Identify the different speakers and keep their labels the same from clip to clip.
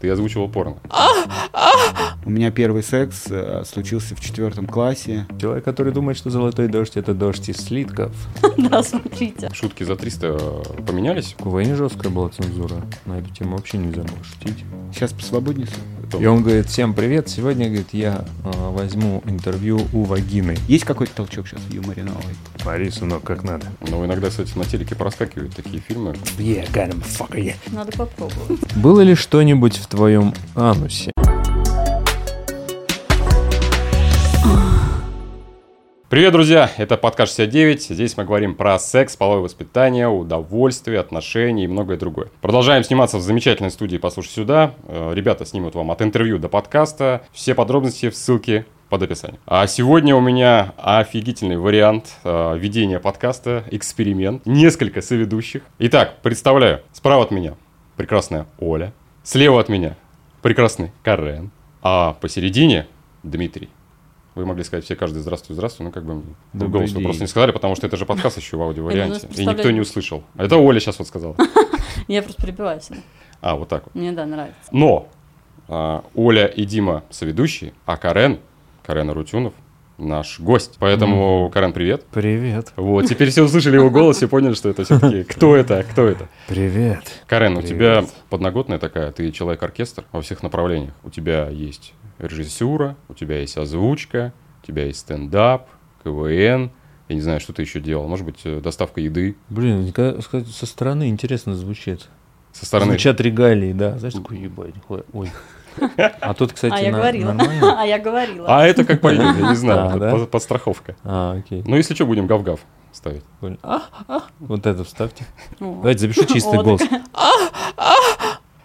Speaker 1: Ты озвучивал порно.
Speaker 2: У меня первый секс э, случился в четвертом классе.
Speaker 3: Человек, который думает, что золотой дождь это дождь из слитков.
Speaker 4: Да, смотрите.
Speaker 1: Шутки за 300 поменялись.
Speaker 3: В войне жесткая была цензура. На эту тему вообще нельзя было шутить.
Speaker 2: Сейчас посвободнее.
Speaker 3: И он говорит, всем привет, сегодня, говорит, я а, возьму интервью у Вагины.
Speaker 2: Есть какой-то толчок сейчас в юморе новый?
Speaker 3: Смотри, сынок, как надо.
Speaker 1: Но иногда, кстати, на телеке проскакивают такие фильмы.
Speaker 4: Надо попробовать.
Speaker 3: Было ли что-нибудь в твоем анусе?
Speaker 1: Привет, друзья! Это подкаст 69. Здесь мы говорим про секс, половое воспитание, удовольствие, отношения и многое другое. Продолжаем сниматься в замечательной студии «Послушай сюда». Э, Ребята снимут вам от интервью до подкаста. Все подробности в ссылке под описанием. А сегодня у меня офигительный вариант э, ведения подкаста, эксперимент, несколько соведущих. Итак, представляю, справа от меня прекрасная Оля, слева от меня прекрасный Карен, а посередине Дмитрий. Вы могли сказать все каждый здравствуй, здравствуй, ну как бы
Speaker 3: Добрый
Speaker 1: голос вы
Speaker 3: день.
Speaker 1: просто не сказали, потому что это же подкаст еще в аудиоварианте,
Speaker 4: Это у нас
Speaker 1: и никто не услышал. А Это Оля сейчас вот сказала.
Speaker 4: Я просто прибиваюсь.
Speaker 1: А, вот так вот.
Speaker 4: Мне, да, нравится.
Speaker 1: Но а, Оля и Дима соведущие, а Карен, Карен Арутюнов, наш гость. Поэтому, Карен, привет.
Speaker 3: Привет.
Speaker 1: Вот, теперь все услышали его голос и поняли, что это все-таки кто это, кто это.
Speaker 3: Привет.
Speaker 1: Карен, у
Speaker 3: Привет.
Speaker 1: тебя подноготная такая, ты человек-оркестр во всех направлениях. У тебя есть режиссура, у тебя есть озвучка, у тебя есть стендап, КВН. Я не знаю, что ты еще делал. Может быть, э, доставка еды
Speaker 3: Блин, ка- сказать, со стороны интересно звучит.
Speaker 1: со стороны...
Speaker 3: Звучат регалии, да. Знаешь, такой ебать, нихуя, ой. А тут, кстати,
Speaker 4: А я
Speaker 3: на-
Speaker 4: говорила.
Speaker 3: нормально.
Speaker 4: А я говорила.
Speaker 1: А это как пойдет, я не
Speaker 3: А,
Speaker 1: знаю,
Speaker 3: да?
Speaker 1: под- подстраховка.
Speaker 3: А, окей.
Speaker 1: Ну, если что, будем гав-гав ставить.
Speaker 3: Прикольно. А, а. Вот это вставьте.
Speaker 4: О.
Speaker 3: Давайте запишу чистый
Speaker 4: О,
Speaker 3: голос.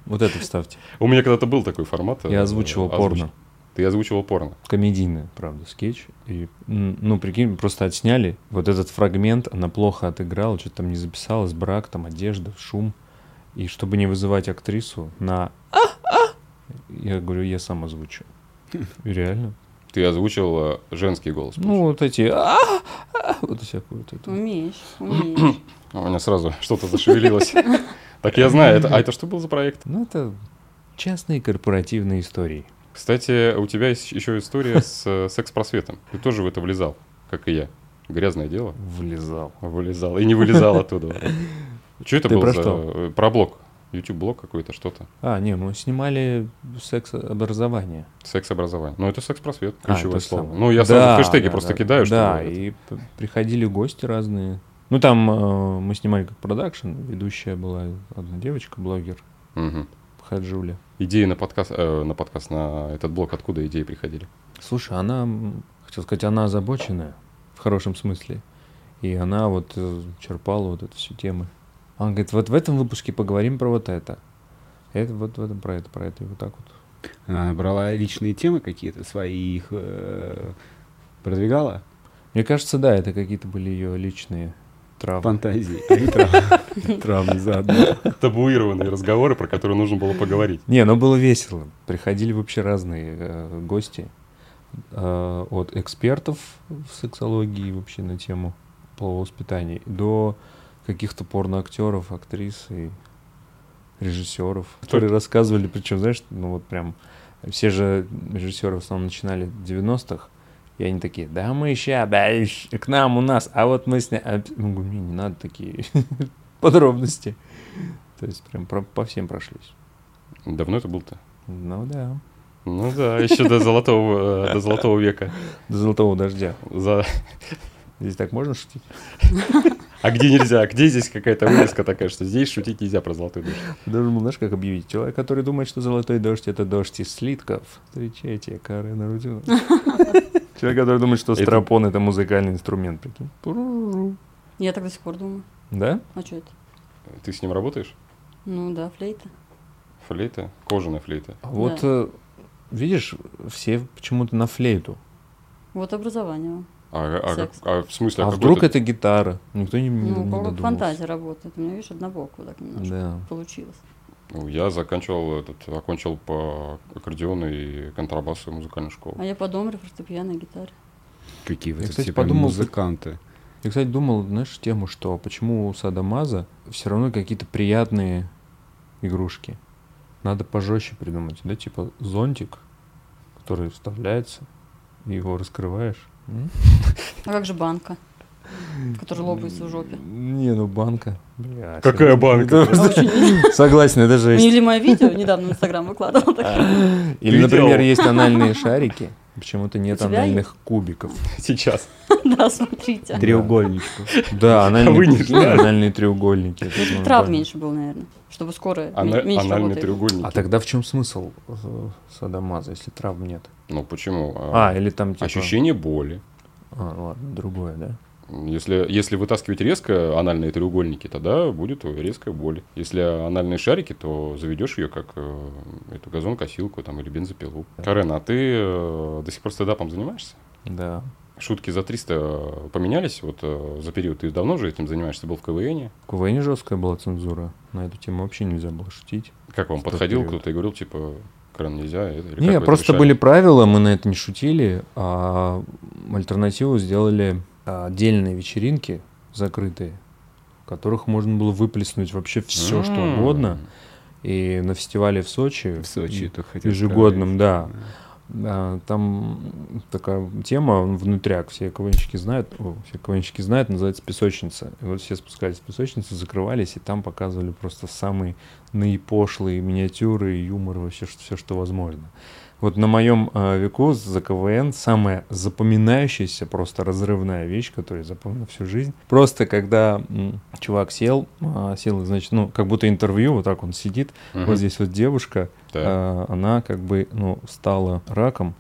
Speaker 3: Вот это вставьте.
Speaker 1: У меня когда-то был такой формат. э,
Speaker 3: Я озвучивал
Speaker 1: озвуч-
Speaker 3: порно.
Speaker 1: Ты озвучивал порно.
Speaker 3: комедийная, правда, скетч. И, м, ну, прикинь, просто отсняли вот этот фрагмент, она плохо отыграла, что-то там не записалось, брак, там одежда, шум. И чтобы не вызывать актрису на... Я говорю, я сам озвучу. И реально.
Speaker 1: Ты озвучил э, женский голос.
Speaker 3: Ну, вот эти... «А, а», Вот всякую вот эту.
Speaker 4: Умеешь, умеешь.
Speaker 1: А У меня сразу что-то зашевелилось. Так я знаю, это- а это что был за проект?
Speaker 3: Ну, это частные корпоративные истории.
Speaker 1: Кстати, у тебя есть еще история с э, секс-просветом. Ты тоже в это влезал, как и я. Грязное дело.
Speaker 3: Влезал.
Speaker 1: Вылезал и не вылезал оттуда. Что это
Speaker 3: Ты
Speaker 1: было
Speaker 3: про
Speaker 1: за...
Speaker 3: что?
Speaker 1: э, Про блог. YouTube-блог какой-то, что-то.
Speaker 3: А, не, мы снимали секс-образование.
Speaker 1: Секс-образование. Ну, это секс-просвет,
Speaker 3: А,
Speaker 1: ключевое
Speaker 3: то же
Speaker 1: слово.
Speaker 3: самое.
Speaker 1: Ну, я
Speaker 3: Да,
Speaker 1: сразу хэштеги
Speaker 3: да,
Speaker 1: просто
Speaker 3: да,
Speaker 1: кидаю, чтобы...
Speaker 3: Да,
Speaker 1: это-
Speaker 3: и п- приходили гости разные. Ну, там э, мы снимали как продакшн, ведущая была одна девочка, блогер
Speaker 1: Мгм.
Speaker 3: Хаджуля.
Speaker 1: Идеи на подкаст, э, на подкаст, на этот блог, откуда идеи приходили?
Speaker 3: Слушай, она, м, хотел сказать, она озабоченная, в хорошем смысле. И она вот э, черпала вот эту всю тему. Она говорит, вот в этом выпуске поговорим про вот это. Это вот в этом про это, про это. И вот так вот.
Speaker 2: Она А, брала личные темы какие-то свои и их э, продвигала
Speaker 3: Мне кажется, да, это какие-то были ее личные травмы.
Speaker 2: фантазии. а не травмы. Травмы заодно.
Speaker 1: Табуированные разговоры, про которые нужно было поговорить.
Speaker 3: Не, ну было весело. Приходили вообще разные э, гости. Э, от экспертов в сексологии вообще на тему полового воспитания до каких-то порноактеров, актрис и режиссеров, которые рассказывали, причем, знаешь, ну вот прям все же режиссеры в основном начинали в 90-х, и они такие, да мы еще, да, ищ- к нам, у нас, а вот мы сня... а, ну, говорю, мне не надо такие подробности. То есть прям про- по всем прошлись.
Speaker 1: Давно это был-то?
Speaker 3: Ну да.
Speaker 1: Ну да, еще до золотого, э, до золотого века.
Speaker 3: До золотого дождя.
Speaker 1: За
Speaker 3: Здесь так можно шутить?
Speaker 1: А где нельзя? Где здесь какая-то вырезка такая, что здесь шутить нельзя про золотой дождь?
Speaker 3: Ты должен был, знаешь, как объявить? Человек, который думает, что золотой дождь — это дождь из слитков. Встречайте, Карена Рудина. Человек, который думает, что
Speaker 1: Это-
Speaker 3: стропон — это музыкальный инструмент. прикинь. Пу-ру-ру.
Speaker 4: Я так до сих пор думаю.
Speaker 3: Да?
Speaker 4: А что это?
Speaker 1: Ты с ним работаешь?
Speaker 4: Ну да, флейта.
Speaker 1: Флейта? Кожаная флейта.
Speaker 3: А Вот э, видишь, все почему-то на флейту.
Speaker 4: Вот образование. вам.
Speaker 1: А, а- а
Speaker 4: Секс.
Speaker 1: как- а в смысле?
Speaker 3: А
Speaker 1: какой
Speaker 3: вдруг это гитара? Никто не, не, не
Speaker 4: Ну, как
Speaker 3: додумался.
Speaker 4: фантазия работает. У меня, видишь, однобоко так немножко
Speaker 3: Да.
Speaker 4: получилось.
Speaker 1: Ну, Я заканчивал этот, окончил по аккордеону и контрабасу музыкальную школу.
Speaker 4: А я по дому фортепиано и гитаре.
Speaker 2: Какие вы
Speaker 3: Я,
Speaker 2: тут
Speaker 3: кстати,
Speaker 2: все прям
Speaker 3: подумал,
Speaker 2: музыканты.
Speaker 3: Я, кстати, думал, знаешь, тему, что почему у Садамаза все равно какие-то приятные игрушки. Надо пожестче придумать, да, типа зонтик, который вставляется, и его раскрываешь. М?
Speaker 4: А как же банка, которая лопается в жопе?
Speaker 3: Не, ну банка. Бля,
Speaker 1: Какая банка?
Speaker 3: Это просто- Согласен, это
Speaker 4: Ну,
Speaker 3: жесть.
Speaker 4: Или мое видео недавно в Инстаграм выкладывала. такое.
Speaker 3: Или,
Speaker 1: Ты
Speaker 3: например,
Speaker 1: делал.
Speaker 3: есть анальные шарики. Почему-то нет
Speaker 4: У тебя
Speaker 3: анальных кубиков.
Speaker 4: А
Speaker 1: Сейчас.
Speaker 3: А.
Speaker 4: Да, смотрите.
Speaker 2: Треугольничку.
Speaker 3: Да,
Speaker 1: А Вы не
Speaker 3: анальные, кубики,
Speaker 1: знали.
Speaker 3: анальные треугольники. это
Speaker 4: Ну,
Speaker 3: нормально.
Speaker 4: Трав меньше был, наверное. Чтобы скоро
Speaker 1: Ана-
Speaker 4: ме- меньше
Speaker 1: Анальный
Speaker 4: работает.
Speaker 1: треугольник.
Speaker 3: А тогда в чем смысл э, садомаза, если травм нет?
Speaker 1: Ну почему?
Speaker 3: А, или там типа...
Speaker 1: Ощущение боли.
Speaker 3: А, ладно, другое, да?
Speaker 1: Если, если вытаскивать резко анальные треугольники, тогда будет резкая боль. Если анальные шарики, то заведешь ее как э, эту газонкосилку там, или бензопилу. Карен, а ты э, до сих пор стендапом занимаешься?
Speaker 3: Да.
Speaker 1: Шутки за 300 поменялись вот э, за период. Ты давно уже этим занимаешься? Ты был в КВНе.
Speaker 3: В КВН жесткая была цензура. На эту тему вообще нельзя было шутить.
Speaker 1: Как вам
Speaker 3: Что
Speaker 1: подходил
Speaker 3: период?
Speaker 1: кто-то и говорил, типа, Карен, нельзя? э, Или как вы
Speaker 3: Не,
Speaker 1: это
Speaker 3: просто
Speaker 1: решали?
Speaker 3: были правила, мы на это не шутили, а альтернативу сделали а, отдельные вечеринки закрытые, в которых можно было выплеснуть вообще все, что
Speaker 1: М.
Speaker 3: угодно. И на фестивале в Сочи,
Speaker 2: В Сочи это хотел
Speaker 3: ежегодном, да,
Speaker 2: сказать.
Speaker 3: А, Там такая тема, внутряк, все КВНщики знают, о, все КВНщики знают, называется песочница. И вот все спускались в песочницу, закрывались, и там показывали просто самые наипошлые миниатюры, юмор, вообще все, что возможно. Вот на моем а, веку за КВН самая запоминающаяся, просто разрывная вещь, которую я запомнил всю жизнь. Просто когда м, чувак сел, а, сел, значит, ну, как будто интервью, вот так он сидит,
Speaker 1: Мгм.
Speaker 3: вот здесь вот девушка,
Speaker 1: Да.
Speaker 3: а, она как бы, ну, стала раком,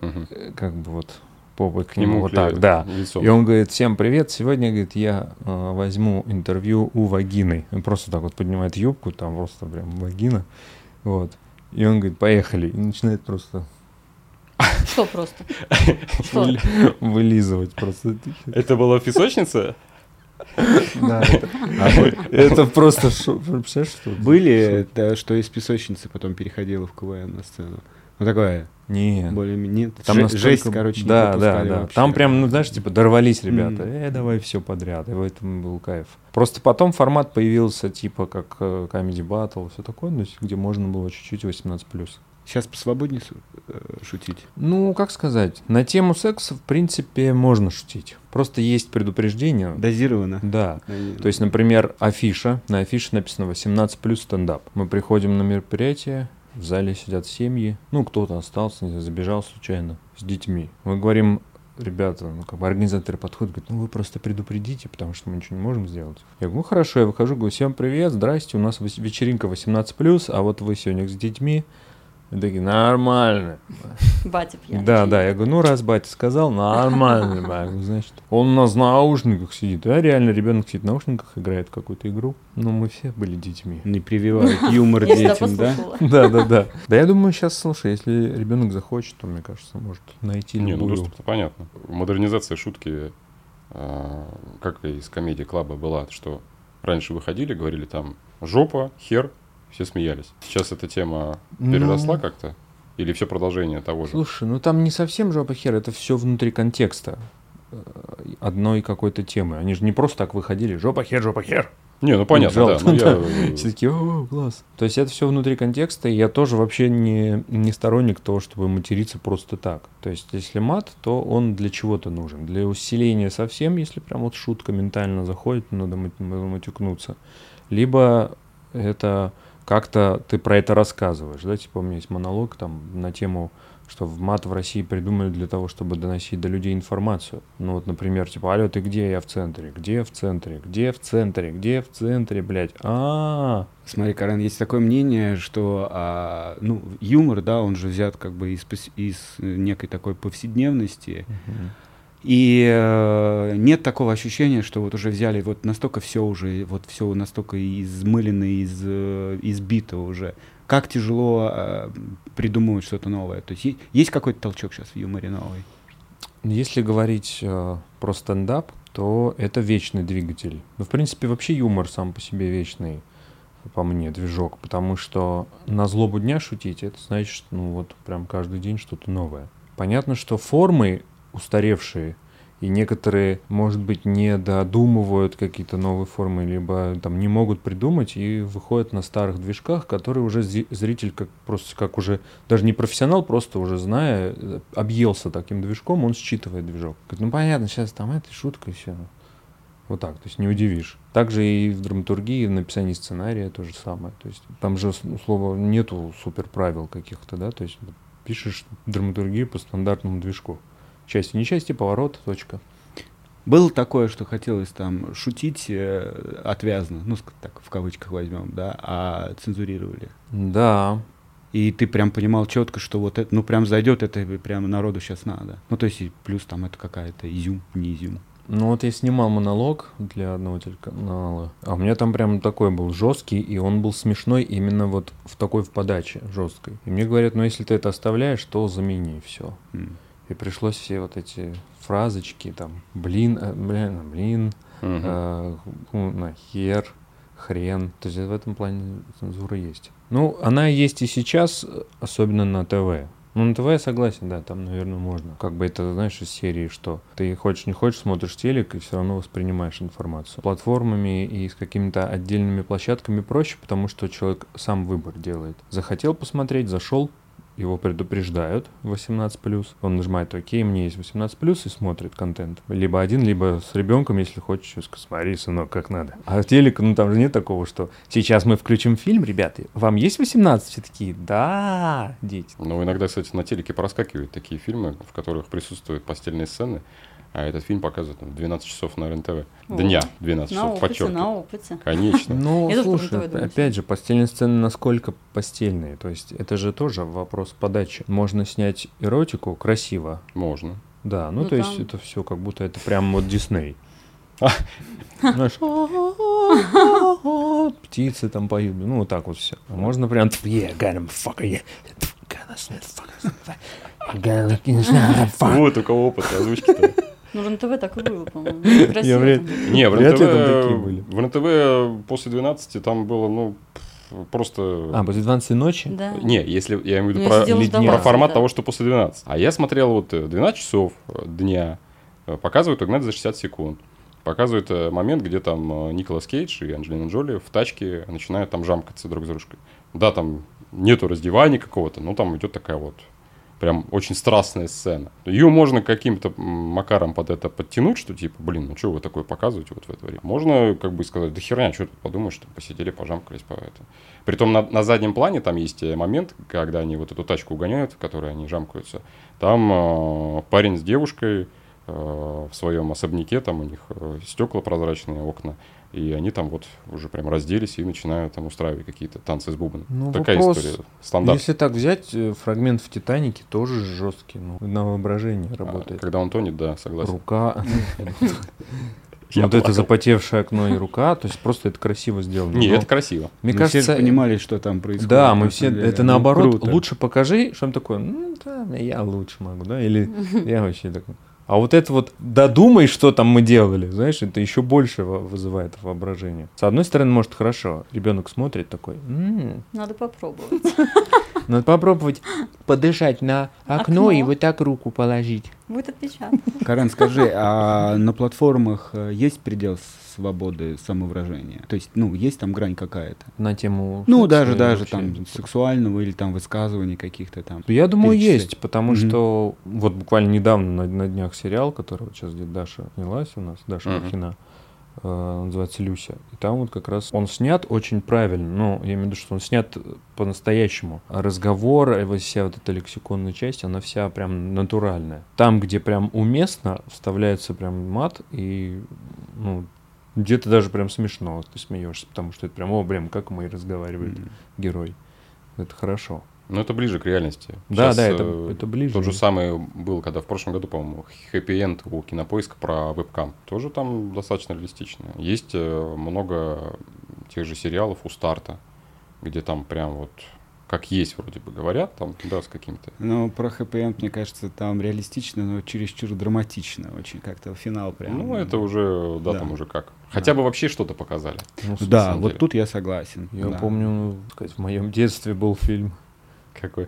Speaker 1: Мгм.
Speaker 3: э, как бы вот попой к
Speaker 1: К нему
Speaker 3: нему, вот
Speaker 1: клеят
Speaker 3: так, да.
Speaker 1: лицом.
Speaker 3: И он говорит, всем привет, сегодня, говорит, я а, возьму интервью у вагины. Он просто так вот поднимает юбку, там просто прям вагина, вот. И он говорит, поехали. И начинает просто
Speaker 4: Что просто? Что?
Speaker 3: выли- вылизывать просто.
Speaker 1: Это была песочница?
Speaker 3: Да, это- а, Это просто, шо- представляешь, что?
Speaker 2: Были, да, что из песочницы потом переходила в КВН на сцену. Ну, такое,
Speaker 3: Не.
Speaker 2: более нет.
Speaker 3: Там
Speaker 2: же-
Speaker 3: настолько-
Speaker 2: жесть, короче, не
Speaker 3: да, да,
Speaker 2: пропускали
Speaker 3: да.
Speaker 2: вообще.
Speaker 3: Там прям, ну знаешь, типа дорвались
Speaker 2: Мгм.
Speaker 3: ребята. Э, давай все подряд. И в этом был кайф. Просто потом формат появился, типа как э, Comedy Battle, все такое, ну, с- где можно было чуть-чуть 18
Speaker 2: Сейчас посвободнее су- э, шутить.
Speaker 3: Ну, как сказать, на тему секса, в принципе, можно шутить. Просто есть предупреждение.
Speaker 2: Дозировано.
Speaker 3: да.
Speaker 2: Они-
Speaker 3: То есть, например, афиша. На афише написано 18 плюс стендап. Мы приходим на мероприятие, в зале сидят семьи. Ну, кто-то остался, не знаю, забежал случайно с детьми. Мы говорим, ребята, ну, как бы организаторы подходят, говорят, ну, вы просто предупредите, потому что мы ничего не можем сделать. Я говорю, ну, хорошо, я выхожу, говорю, всем привет, здрасте, у нас вес- вечеринка 18 плюс, а вот вы сегодня с детьми. И такие, нормально.
Speaker 4: Батя пьяный.
Speaker 3: Да, да, я говорю, ну раз батя сказал, нормально, бля». Ну, значит. Он у нас на наушниках сидит, да, реально ребенок сидит в наушниках, играет в какую-то игру. Ну, мы все были детьми.
Speaker 2: Не прививают юмор
Speaker 4: Я всегда
Speaker 2: детям, да?
Speaker 4: послушала.
Speaker 3: Да, да, да. Да, я думаю, сейчас, слушай, если ребенок захочет, то, мне кажется, может найти
Speaker 1: Не, ну
Speaker 3: любую.
Speaker 1: доступ-то понятно. Модернизация шутки, э, как и из комедии клаба была, что раньше выходили, говорили там жопа, хер, все смеялись. Сейчас эта тема
Speaker 3: Ну,
Speaker 1: переросла как-то? Или все продолжение того же?
Speaker 3: Слушай, ну там не совсем жопа хер, это все внутри контекста э, одной какой-то темы. Они же не просто так выходили, жопа хер, жопа хер.
Speaker 1: Не, ну понятно, да.
Speaker 3: жалко,
Speaker 1: ну я,
Speaker 3: да.
Speaker 1: э,
Speaker 3: Все такие, о, класс. То есть это все внутри контекста, и я тоже вообще не, не сторонник того, чтобы материться просто так. То есть если мат, то он для чего-то нужен. Для усиления совсем, если прям вот шутка ментально заходит, ну, надо мат- матюкнуться. Либо это как-то ты про это рассказываешь, да, типа у меня есть монолог там на тему что в мат в России придумали для того, чтобы доносить до людей информацию. Ну вот, например, типа, алло, ты где? Я в центре. Где в центре? Где в центре? Где в центре, блядь? А,
Speaker 2: Смотри, Карен, есть такое мнение, что а, ну, юмор, да, он же взят как бы из, пос- из э, некой такой повседневности. И э, нет такого ощущения, что вот уже взяли, вот настолько все уже, вот все настолько измылено, из, э, избито уже. Как тяжело э, придумывать что-то новое. То есть е- есть какой-то толчок сейчас в юморе новый?
Speaker 3: Если говорить э, про стендап, то это вечный двигатель. Ну, в принципе, вообще юмор сам по себе вечный, по мне, движок. Потому что на злобу дня шутить, это значит, ну вот прям каждый день что-то новое. Понятно, что формы устаревшие и некоторые, может быть, не додумывают какие-то новые формы, либо там не могут придумать и выходят на старых движках, которые уже зи- зритель как просто как уже даже не профессионал, просто уже зная, э, объелся таким движком, он считывает движок. Говорит, ну понятно, сейчас там это шутка и все. Вот так, то есть не удивишь. Также и в драматургии, в написании сценария то же самое. То есть там же с- условно нету супер правил каких-то, да, то есть пишешь драматургию по стандартному движку. Части, не части, поворот, точка.
Speaker 2: Было такое, что хотелось там шутить э, отвязно, ну, ск- так, в кавычках возьмем, да, а цензурировали.
Speaker 3: Да,
Speaker 2: И ты прям понимал четко, что вот это, ну, прям зайдет, это прям народу сейчас надо. Ну, то есть, и плюс там это какая-то изюм, не изюм.
Speaker 3: Ну вот я снимал монолог для одного телеканала, а у меня там прям такой был жесткий, и он был смешной именно вот в такой в подаче жесткой. И мне говорят, ну если ты это оставляешь, то замени все.
Speaker 2: М.
Speaker 3: И пришлось все вот эти фразочки там, блин, э, блин, э, блин,
Speaker 1: Мгм.
Speaker 3: э, ну, нахер, хрен. То есть в этом плане цензура есть. Ну, она есть и сейчас, э, особенно на ТВ. Ну, на ТВ я согласен, да, там, наверное, можно. Как бы это, знаешь, из серии, что ты хочешь, не хочешь, смотришь телек и все равно воспринимаешь информацию. Платформами и с какими-то отдельными площадками проще, потому что человек сам выбор делает. Захотел посмотреть, зашел, его предупреждают 18+, он нажимает «Окей, мне есть 18+,» и смотрит контент. Либо один, либо с ребенком, если хочешь, с- смотри, сынок, как надо. А телек, ну там же нет такого, что «Сейчас мы включим фильм, ребята, вам есть 18?» Все такие «Да, дети».
Speaker 1: Ну, иногда, кстати, на телеке проскакивают такие фильмы, в которых присутствуют постельные сцены, а этот фильм показывают там, в 12 часов на РНТВ.
Speaker 4: О.
Speaker 1: Дня 12
Speaker 4: На
Speaker 1: часов,
Speaker 4: опыте, на
Speaker 1: подчеркиваю.
Speaker 4: опыте.
Speaker 1: Конечно.
Speaker 3: Ну,
Speaker 4: Я тоже про
Speaker 3: слушай,
Speaker 4: НТВ думаю
Speaker 3: опять же, постельные сцены насколько постельные? То есть это же тоже вопрос подачи. Можно снять эротику красиво,
Speaker 1: Можно.
Speaker 3: да, ну,
Speaker 4: Ну,
Speaker 3: то есть
Speaker 4: там-
Speaker 3: это все как будто это прям вот Дисней. Знаешь, птицы там поют, ну вот так вот все. Можно прям yeah, got him, fuck yeah. Gonna sniff, fuck, sniff, I gotta look in the sun, fuck.
Speaker 1: Вот у кого опыт озвучки-то.
Speaker 4: Ну, РНТВ так и было, по-моему. Красиво
Speaker 3: вряд-
Speaker 4: там было.
Speaker 1: Не, в
Speaker 3: Вряд ли
Speaker 1: РНТВ,
Speaker 3: там такие были.
Speaker 1: в НТВ после 12 там было, ну, пф, просто...
Speaker 3: А, после 12 ночи?
Speaker 4: Да.
Speaker 1: Не, если я имею в виду
Speaker 4: Ну, я
Speaker 1: про,
Speaker 4: сидела,
Speaker 1: лид-
Speaker 4: ждала,
Speaker 1: про формат
Speaker 4: да.
Speaker 1: того, что после 12. А я смотрел вот э, 12 часов э, дня, э, показывают «Угнать за 60 секунд». Показывают э, момент, где там э, Николас Кейдж и Анджелина Джоли в тачке начинают там жамкаться друг с дружкой. Да, там нету раздевания какого-то, но там идет такая вот прям очень страстная сцена. Ее можно каким-то м, макаром под это подтянуть, что типа, блин, ну что вы такое показываете вот в это время? Можно как бы сказать, да херня, что тут подумаешь, что посидели, пожамкались по это. Притом на, на заднем плане там есть э, момент, когда они вот эту тачку угоняют, в которой они жамкаются. Там э, парень с девушкой э, в своем особняке, там у них э, стекла прозрачные, окна, и они там вот уже прям разделись и начинают там устраивать какие-то танцы с бубном.
Speaker 3: Ну,
Speaker 1: Такая
Speaker 3: вопрос,
Speaker 1: история, стандарт.
Speaker 3: Если так взять, э, фрагмент в «Титанике» тоже жесткий, ну, на воображение
Speaker 1: А,
Speaker 3: работает.
Speaker 1: Когда он тонет, да, согласен.
Speaker 3: Рука,
Speaker 1: Я
Speaker 3: Ну, вот это
Speaker 1: плакал.
Speaker 3: запотевшее окно и рука, то есть просто это красиво сделано.
Speaker 1: Не,
Speaker 3: Но
Speaker 1: это красиво.
Speaker 3: Мне
Speaker 2: Мы Ну, все
Speaker 3: кажется,
Speaker 2: же понимали, что там происходит.
Speaker 3: Да, мы
Speaker 2: на
Speaker 3: все,
Speaker 2: самом деле.
Speaker 3: это
Speaker 2: Ну,
Speaker 3: наоборот,
Speaker 2: круто.
Speaker 3: лучше покажи, что он такой, ну да, я лучше могу, да, или я вообще такой. А вот это вот додумай, что там мы делали, знаешь, это еще больше во- вызывает воображение. С одной стороны, может, хорошо, ребенок смотрит такой, «М,
Speaker 4: Надо попробовать.
Speaker 3: надо попробовать подышать на окно,
Speaker 4: Окно.
Speaker 3: и вот так руку положить.
Speaker 4: Будет отпечаток.
Speaker 2: Карен, скажи, а на платформах э, есть предел свободы самовыражения? То есть, ну, есть там грань какая-то?
Speaker 3: На тему...
Speaker 2: Ну,
Speaker 3: секса
Speaker 2: даже,
Speaker 3: и
Speaker 2: даже
Speaker 3: вообще
Speaker 2: там
Speaker 3: такого.
Speaker 2: сексуального или там высказываний каких-то там.
Speaker 3: Я думаю,
Speaker 2: перечислять.
Speaker 3: есть, потому
Speaker 2: Мгм.
Speaker 3: что вот буквально недавно на, на днях сериал, который вот сейчас где Даша снялась у нас, Даша
Speaker 1: Мгм.
Speaker 3: Махина, э, он называется «Люся». И там вот как раз он снят очень правильно, ну, я имею в виду, что он снят э, по-настоящему. А Разговор, э, вот вся вот эта лексиконная часть, она вся прям натуральная. Там, где прям уместно, вставляется прям мат, и, ну, где-то даже прям смешно, ты смеешься, потому что это прям, о, блин, как мы и разговаривали,
Speaker 2: М.
Speaker 3: герой. Это хорошо.
Speaker 1: Но Ну, это ближе к реальности.
Speaker 3: Да,
Speaker 1: Сейчас,
Speaker 3: да, это,
Speaker 1: э,
Speaker 3: это ближе.
Speaker 1: Тот же самый был, когда в прошлом году, по-моему, хэппи-энд у Кинопоиска про вебкам. Тоже там достаточно реалистично. Есть э, много тех же сериалов у старта, где там прям вот как есть вроде бы говорят, там, да, с каким-то.
Speaker 2: Ну, про хэппи мне кажется, там реалистично, но чересчур драматично очень. Как-то финал прям.
Speaker 1: Ну, это уже, да,
Speaker 2: Да.
Speaker 1: там уже как. Хотя бы вообще что-то показали.
Speaker 3: Ну, с-
Speaker 2: Да,
Speaker 1: самом
Speaker 2: вот
Speaker 1: деле.
Speaker 2: тут я согласен.
Speaker 3: Я ну,
Speaker 2: да.
Speaker 3: помню, так сказать, в моем детстве был фильм
Speaker 1: Какой?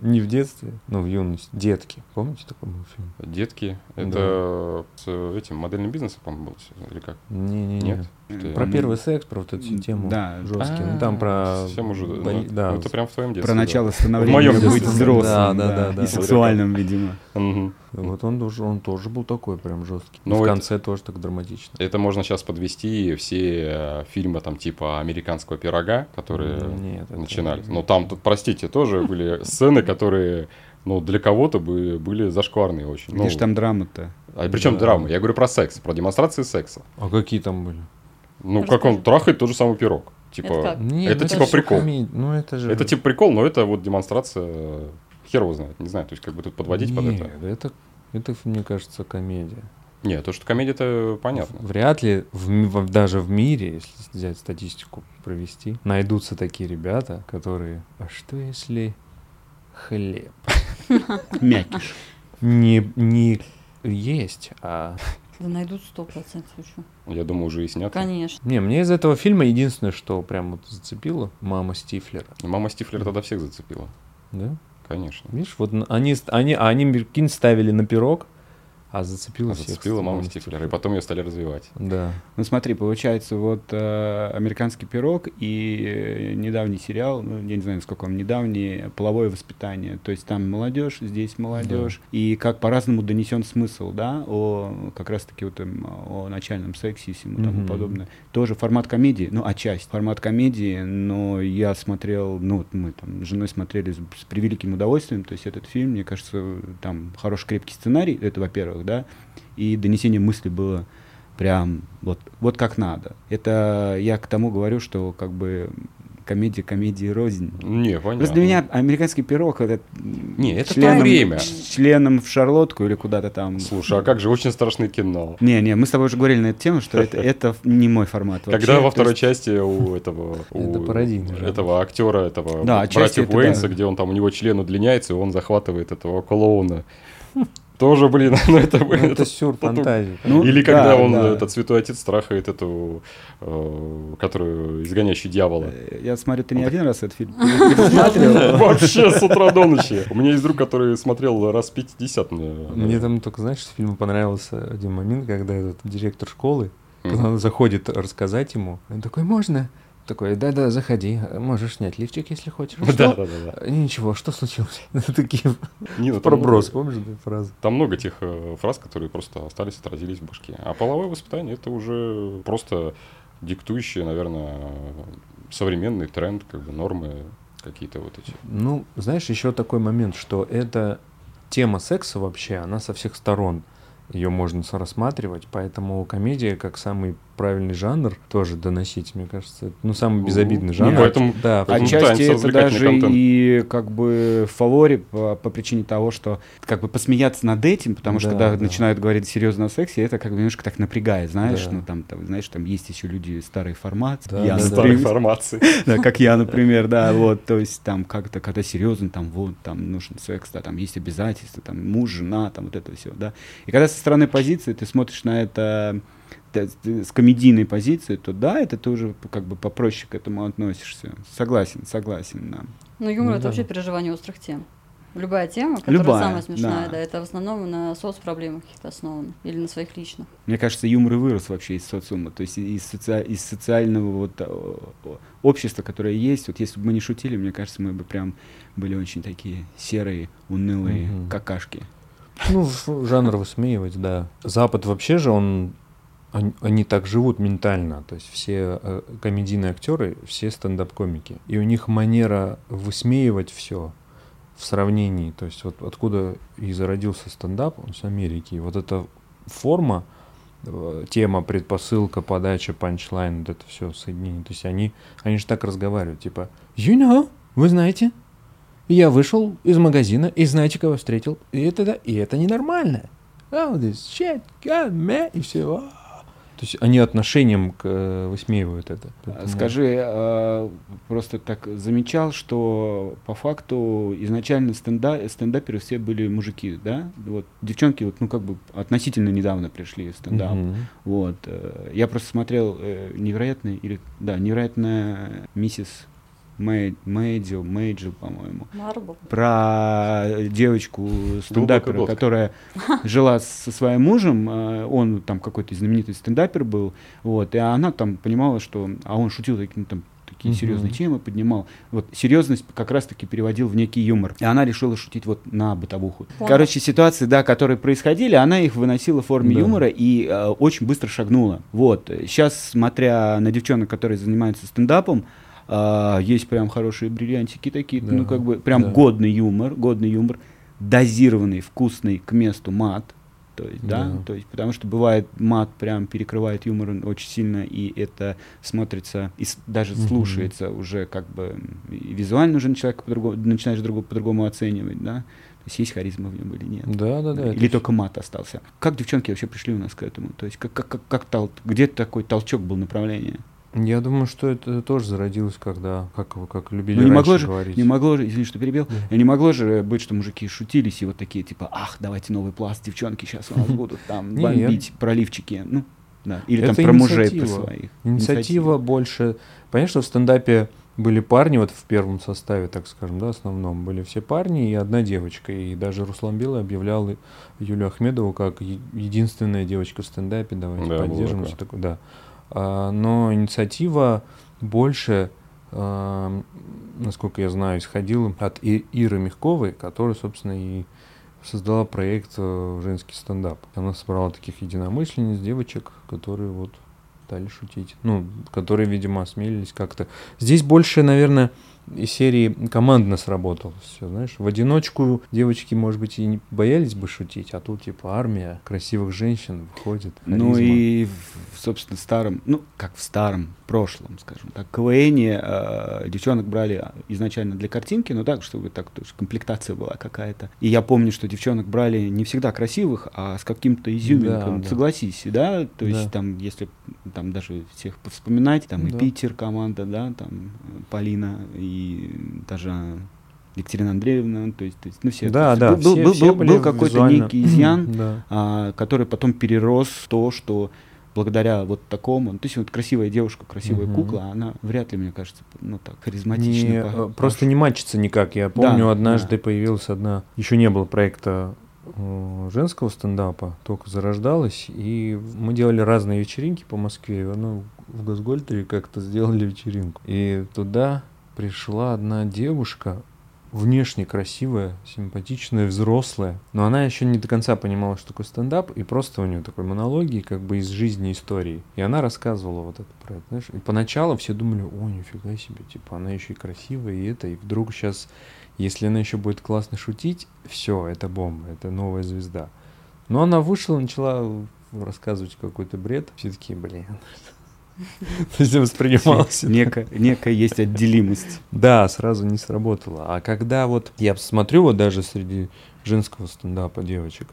Speaker 3: Не в детстве, но в юности. Детки. Помните такой был фильм?
Speaker 1: Детки. Это с э, этим модельным бизнесом, по-моему, был всё, или как?
Speaker 3: Не-не-не.
Speaker 1: Нет. Что я-
Speaker 3: Про
Speaker 2: Ну,
Speaker 3: первый секс, про вот эту всю тему.
Speaker 2: Да,
Speaker 3: Жесткий.
Speaker 1: А,
Speaker 3: Ну, там про...
Speaker 1: Совсем уже.
Speaker 3: бои-
Speaker 1: ну,
Speaker 3: Да.
Speaker 1: ну, это прям в твоем детстве.
Speaker 2: про
Speaker 1: да.
Speaker 2: начало
Speaker 1: В моём
Speaker 2: становления быть
Speaker 1: детстве.
Speaker 2: взрослым.
Speaker 3: Да, да, да, да.
Speaker 2: И сексуальным, видимо.
Speaker 1: Мгм.
Speaker 3: Вот он тоже, он тоже был такой прям жесткий.
Speaker 1: Ну,
Speaker 3: в
Speaker 1: это-
Speaker 3: конце тоже так драматично.
Speaker 1: Это можно сейчас подвести все э, фильмы там типа американского пирога, которые Ну,
Speaker 3: Нет, это-
Speaker 1: начинали. Но там, тут, простите, тоже были сцены, которые, ну, для кого-то были, были зашкварные очень.
Speaker 2: Где
Speaker 1: Ну,
Speaker 2: же там драма-то?
Speaker 1: А причем
Speaker 3: Да.
Speaker 1: драма? Я говорю про секс, про демонстрации секса.
Speaker 3: А какие там были?
Speaker 1: Ну,
Speaker 4: Расскажи.
Speaker 1: как он трахает тот же самый пирог. Типа,
Speaker 4: Это
Speaker 1: это,
Speaker 4: как?
Speaker 3: Нет,
Speaker 1: Это
Speaker 3: ну,
Speaker 1: типа
Speaker 3: же
Speaker 1: прикол.
Speaker 3: коме- Ну это же...
Speaker 1: типа прикол, но это вот демонстрация э, хер его знает, не знаю, то есть как бы тут подводить под
Speaker 3: Нет,
Speaker 1: это.
Speaker 3: это... Это, мне кажется, комедия.
Speaker 1: Нет, то, что комедия-то понятно.
Speaker 3: Вряд ли в ми- во- даже в мире, если взять статистику провести, найдутся такие ребята, которые... А что если хлеб
Speaker 2: Мякиш.
Speaker 3: не, не есть, а...
Speaker 4: Да найдут сто процентов еще.
Speaker 1: Я думаю, уже и снято.
Speaker 4: Конечно.
Speaker 3: Не, мне из этого фильма единственное, что прям вот зацепило, мама Стифлера,
Speaker 1: И Мама Стифлер тогда всех зацепила,
Speaker 3: да?
Speaker 1: конечно.
Speaker 3: Видишь, вот н- они, ст- они, а они прикинь, ставили на пирог, а зацепила
Speaker 1: А
Speaker 3: всех
Speaker 1: Зацепила мама Стифлер,
Speaker 3: Стифлера.
Speaker 1: и потом ее стали развивать.
Speaker 3: Да.
Speaker 2: Ну смотри, получается, вот э, «Американский пирог» и э, недавний сериал, ну, я не знаю, насколько он недавний, «Половое воспитание». То есть там молодежь, здесь молодежь. И как по-разному донесен смысл, да, о как раз-таки вот им, о начальном сексе и всему тому
Speaker 3: Мгм.
Speaker 2: подобное. Тоже формат комедии, ну, отчасти формат комедии, но я смотрел, ну, вот мы там с женой смотрели с, с превеликим удовольствием, то есть этот фильм, мне кажется, там хороший крепкий сценарий, это во-первых, да, и донесение мысли было прям вот, вот как надо. Это я к тому говорю, что как бы комедия комедии рознь.
Speaker 1: Не, понятно.
Speaker 2: Просто для меня американский пирог это
Speaker 1: Ну Не,
Speaker 2: не
Speaker 1: это то время.
Speaker 2: членом в шарлотку или куда-то там.
Speaker 1: Слушай, а как же очень страшное кино.
Speaker 2: Не, не, мы с тобой уже говорили на эту тему, что это, это не мой формат. вообще.
Speaker 1: Когда во
Speaker 2: То
Speaker 1: второй
Speaker 2: есть-
Speaker 1: части у этого у
Speaker 3: Это пародийный жанр.
Speaker 1: этого актера, этого
Speaker 2: Да,
Speaker 1: братьев
Speaker 2: отчасти это да.
Speaker 1: Уэйнса, где он там у него член удлиняется, и он захватывает этого клоуна. Тоже, блин, ну это,
Speaker 3: Ну, это
Speaker 1: это-
Speaker 3: сюр
Speaker 1: потом-
Speaker 3: фантазии.
Speaker 2: Ну,
Speaker 1: Или
Speaker 2: да,
Speaker 1: когда он,
Speaker 2: да.
Speaker 1: этот святой отец, страхает эту, э, которую изгоняющий дьявола.
Speaker 2: Э, Я смотрю, ты не один раз этот фильм пересматривал.
Speaker 1: Вообще с утра до ночи. У меня есть друг, который смотрел раз 50. наверное.
Speaker 3: Мне там только, знаешь, с фильма понравился один момент, когда этот директор школы,
Speaker 1: Мгм.
Speaker 3: когда он заходит рассказать ему, он такой, можно? Такой, да-да, заходи, можешь снять лифчик, если хочешь.
Speaker 1: Да, Ну да,
Speaker 3: «Что?»
Speaker 1: да, да.
Speaker 3: «Э, Ничего, что случилось? Такие
Speaker 1: Не, ну, там
Speaker 3: проброс,
Speaker 1: много-
Speaker 3: помнишь эту фразу?
Speaker 1: Там много тех э, фраз, которые просто остались, отразились в башке. А половое воспитание это уже просто диктующие, наверное, современный тренд, как бы нормы какие-то вот эти.
Speaker 3: Ну, знаешь, еще такой момент, что эта тема секса вообще, она со всех сторон ее можно с- рассматривать, поэтому комедия как самый правильный жанр тоже доносить, мне кажется, это, ну самый
Speaker 1: Ну,
Speaker 3: безобидный
Speaker 1: ну,
Speaker 3: жанр.
Speaker 1: поэтому- поэтому
Speaker 3: да, потому-
Speaker 2: Отчасти
Speaker 1: пытаемся
Speaker 2: это
Speaker 1: развлекательный
Speaker 2: даже
Speaker 1: контент.
Speaker 2: и как бы в фаворе по, по причине того, что как бы посмеяться над этим, потому что
Speaker 3: Да,
Speaker 2: когда
Speaker 3: да.
Speaker 2: начинают говорить серьезно о сексе, это как бы немножко так напрягает, знаешь,
Speaker 3: Да.
Speaker 2: ну там, там, знаешь, там есть еще люди старой формации,
Speaker 3: Да,
Speaker 2: я,
Speaker 3: да,
Speaker 1: Старой
Speaker 2: например,
Speaker 1: информации.
Speaker 2: да, как я, например, да, вот, то есть там как-то, когда серьезно, там вот, там нужен секс, да, там есть обязательства, там муж, жена, там вот это все, да. И когда со стороны позиции ты смотришь на это т- т- с комедийной позиции, то да, это ты уже п- как бы попроще к этому относишься. Согласен, согласен, да.
Speaker 4: Но
Speaker 3: Ну
Speaker 4: юмор это
Speaker 3: да.
Speaker 4: вообще переживание острых тем. Любая тема, которая
Speaker 2: Любая,
Speaker 4: самая смешная,
Speaker 2: да.
Speaker 4: да. это в основном на соцпроблемах каких-то основана. Или на своих личных.
Speaker 2: Мне кажется, юмор и вырос вообще из социума, то есть и- из, соци- из социального вот о- о- общества, которое есть. Вот если бы мы не шутили, мне кажется, мы бы прям были очень такие серые, унылые
Speaker 3: Мгм.
Speaker 2: какашки.
Speaker 3: Ну, ф- жанр высмеивать, да. Запад вообще же, он, он- они так живут ментально. То есть все э, комедийные актеры, все стендап-комики. И у них манера высмеивать все в сравнении. То есть вот откуда и зародился стендап, он с Америки. И вот эта форма, э, тема, предпосылка, подача, панчлайн, вот это все соединение. То есть они, они же так разговаривают, типа, you know, вы знаете, я вышел из магазина, и знаете, кого встретил? И это да, и это ненормально. Oh, this shit, God, man, и все. «А». То есть они отношением к, э, высмеивают это.
Speaker 2: А
Speaker 3: Поэтому-
Speaker 2: Скажи, а, просто так замечал, что по факту изначально стенда- стендаперы все были мужики, да? Вот девчонки вот ну как бы относительно недавно пришли в стендап.
Speaker 3: Мгм.
Speaker 2: Вот э, я просто смотрел э, невероятный или да невероятная миссис Мэй- Мэйдил, Мэйджил, по-моему.
Speaker 4: Марбл.
Speaker 2: Про девочку стендапера,
Speaker 1: Глубоко-глубоко.
Speaker 2: которая жила со своим мужем, э, он там какой-то знаменитый стендапер был, вот, и она там понимала, что, а он шутил таким там такие
Speaker 3: Мгм.
Speaker 2: серьезные темы поднимал. Вот серьезность как раз-таки переводил в некий юмор. И она решила шутить вот на бытовуху.
Speaker 4: Понял.
Speaker 2: Короче, ситуации, да, которые происходили, она их выносила в форме
Speaker 3: Да.
Speaker 2: юмора и э, очень быстро шагнула. Вот. Сейчас, смотря на девчонок, которые занимаются стендапом, а, есть прям хорошие бриллиантики такие,
Speaker 3: Да.
Speaker 2: ну как бы прям
Speaker 3: Да.
Speaker 2: годный юмор, годный юмор, дозированный, вкусный к месту мат, то есть, да,
Speaker 3: Да.
Speaker 2: то есть, потому что бывает мат прям перекрывает юмор он очень сильно, и это смотрится и с- даже
Speaker 3: Мгм.
Speaker 2: слушается уже как бы м, и визуально уже на человека по-другому, начинаешь другого по-другому оценивать, да, то есть есть харизма в нем или нет.
Speaker 3: Да, Ну, да, да. это
Speaker 2: Или
Speaker 3: всё.
Speaker 2: только мат остался. Как девчонки вообще пришли у нас к этому? То есть как, как, как, как тол- где такой толчок был направление?
Speaker 3: Я думаю, что это тоже зародилось, когда, как, вы- как любили
Speaker 2: Ну, не
Speaker 3: раньше
Speaker 2: могло же-
Speaker 3: говорить.
Speaker 2: Не могло же, извини, что перебил,
Speaker 3: Да.
Speaker 2: не могло же быть, что мужики шутились и вот такие, типа, ах, давайте новый пласт, девчонки сейчас у нас будут там
Speaker 3: Нет.
Speaker 2: бомбить проливчики, ну, да, или там
Speaker 3: Это
Speaker 2: про мужей, про
Speaker 3: инициатива.
Speaker 2: своих.
Speaker 3: Инициатива
Speaker 2: Инициатива.
Speaker 3: больше. Понятно, что в стендапе были парни, вот в первом составе, так скажем, да, основном были все парни и одна девочка. И даже Руслан Белый объявлял и- Юлю Ахмедову как е- единственная девочка в стендапе. Давайте
Speaker 1: Да, было
Speaker 3: поддержим.
Speaker 1: такое.
Speaker 3: всё такое, да. А, но инициатива больше, эм, насколько я знаю, исходила от И- Иры Мягковой, которая, собственно, и создала проект э, «Женский стендап». Она собрала таких единомышленниц, девочек, которые вот стали шутить. Ну, которые, видимо, осмелились как-то. Здесь больше, наверное, из серии командно сработало все, знаешь. В одиночку девочки, может быть, и не боялись бы шутить, а тут, типа, армия красивых женщин выходит.
Speaker 2: Ну
Speaker 3: харизма.
Speaker 2: и, в, в, собственно, старом, ну, как в старом, прошлом, скажем так, КВНе э, девчонок брали изначально для картинки, но так, чтобы так, то есть комплектация была какая-то. И я помню, что девчонок брали не всегда красивых, а с каким-то изюминком,
Speaker 3: Да, да.
Speaker 2: согласись, да? То есть
Speaker 3: Да.
Speaker 2: там, если там даже всех повспоминать, там
Speaker 3: Да.
Speaker 2: и Питер команда, да, там э, Полина и даже Екатерина Андреевна, то есть, то есть ну все.
Speaker 3: Да,
Speaker 2: то
Speaker 3: да,
Speaker 2: есть был-
Speaker 3: все-
Speaker 2: был-
Speaker 3: все
Speaker 2: был-
Speaker 3: были
Speaker 2: был какой-то
Speaker 3: визуально.
Speaker 2: некий изъян,
Speaker 3: Да.
Speaker 2: а, который потом перерос в то, что благодаря вот такому, ну, то есть вот красивая девушка, красивая
Speaker 3: Мгм.
Speaker 2: кукла, она вряд ли, мне кажется, ну так харизматично.
Speaker 3: Не,
Speaker 2: по-
Speaker 3: э, просто не мачится никак. Я помню, однажды появилась одна... Еще не было проекта э, женского стендапа, только зарождалась. И мы делали разные вечеринки по Москве. и Ну, в Газгольтере как-то сделали вечеринку. И туда пришла одна девушка, внешне красивая, симпатичная, взрослая. Но она еще не до конца понимала, что такое стендап, и просто у нее такой монологии, как бы из жизни истории. И она рассказывала вот это про это, знаешь. И поначалу все думали, о, нифига себе, типа, она еще и красивая, и это, и вдруг сейчас, если она еще будет классно шутить, все, это бомба, это новая звезда. Но она вышла, начала рассказывать какой-то бред. Все такие, блин. То есть воспринималось это
Speaker 2: Некая, некая есть отделимость.
Speaker 3: да, сразу не сработало. А когда вот я смотрю, вот даже среди женского стендапа девочек,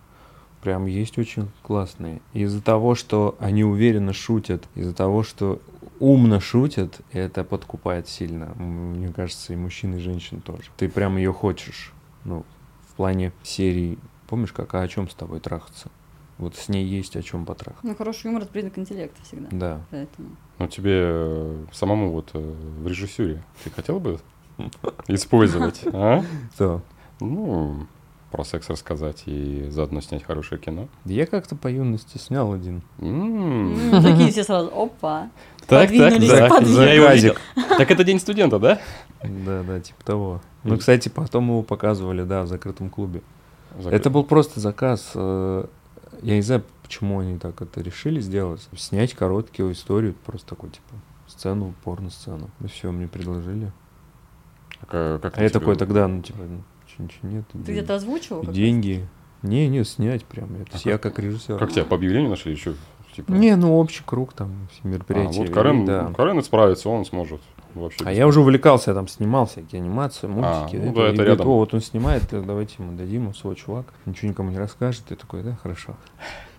Speaker 3: прям есть очень классные. Из-за того, что они уверенно шутят, из-за того, что умно шутят, это подкупает сильно. М, Мне кажется, и мужчин, и женщин тоже. Ты прям ее хочешь. Ну, в плане серии. Помнишь, как «А о чем с тобой трахаться? Вот с ней есть о чем потрахаться.
Speaker 4: Ну, хороший юмор — это признак интеллекта всегда.
Speaker 3: Да.
Speaker 4: Поэтому.
Speaker 1: Ну, тебе э, самому вот э, в режиссуре ты хотел бы использовать, а?
Speaker 3: Что?
Speaker 1: Ну, про секс рассказать и заодно снять хорошее кино.
Speaker 3: Я как-то по юности снял один.
Speaker 1: М.
Speaker 4: М, Ну, Такие все сразу, опа.
Speaker 1: М-м. Так, так,
Speaker 4: Подвинулись,
Speaker 1: так.
Speaker 4: подвинулись.
Speaker 1: Я его видел. Так это день студента, да?
Speaker 3: Да, да, типа того.
Speaker 1: Или-
Speaker 3: Ну, кстати, потом его показывали, да, в закрытом клубе. Это был просто заказ. э, Я не знаю, почему они так это решили сделать. Снять короткую историю, просто такой, типа, сцену, порно-сцену. И все, мне предложили.
Speaker 1: Как, как
Speaker 3: А я
Speaker 1: тебе-
Speaker 3: такой тогда, ну, типа, ну, чё- ничего нет. и-
Speaker 4: Ты где-то озвучивал?
Speaker 3: и
Speaker 4: как-то?
Speaker 3: деньги. Не, не, снять прям. Это
Speaker 1: А
Speaker 3: я как режиссер.
Speaker 1: Как тебя по объявлению нашли еще? Типа...
Speaker 3: Не, ну общий круг там, все
Speaker 1: А,
Speaker 3: мероприятия.
Speaker 1: вот
Speaker 3: вели,
Speaker 1: Карен,
Speaker 3: да.
Speaker 1: Карен справится, он сможет вообще.
Speaker 3: А я уже увлекался, я там снимал всякие анимации, мультики.
Speaker 1: ну
Speaker 3: это.
Speaker 1: да,
Speaker 3: И
Speaker 1: это
Speaker 3: говорит,
Speaker 1: рядом.
Speaker 3: О, вот он снимает, э, давайте ему дадим, он свой чувак. Ничего никому не расскажет. И такой, да, хорошо.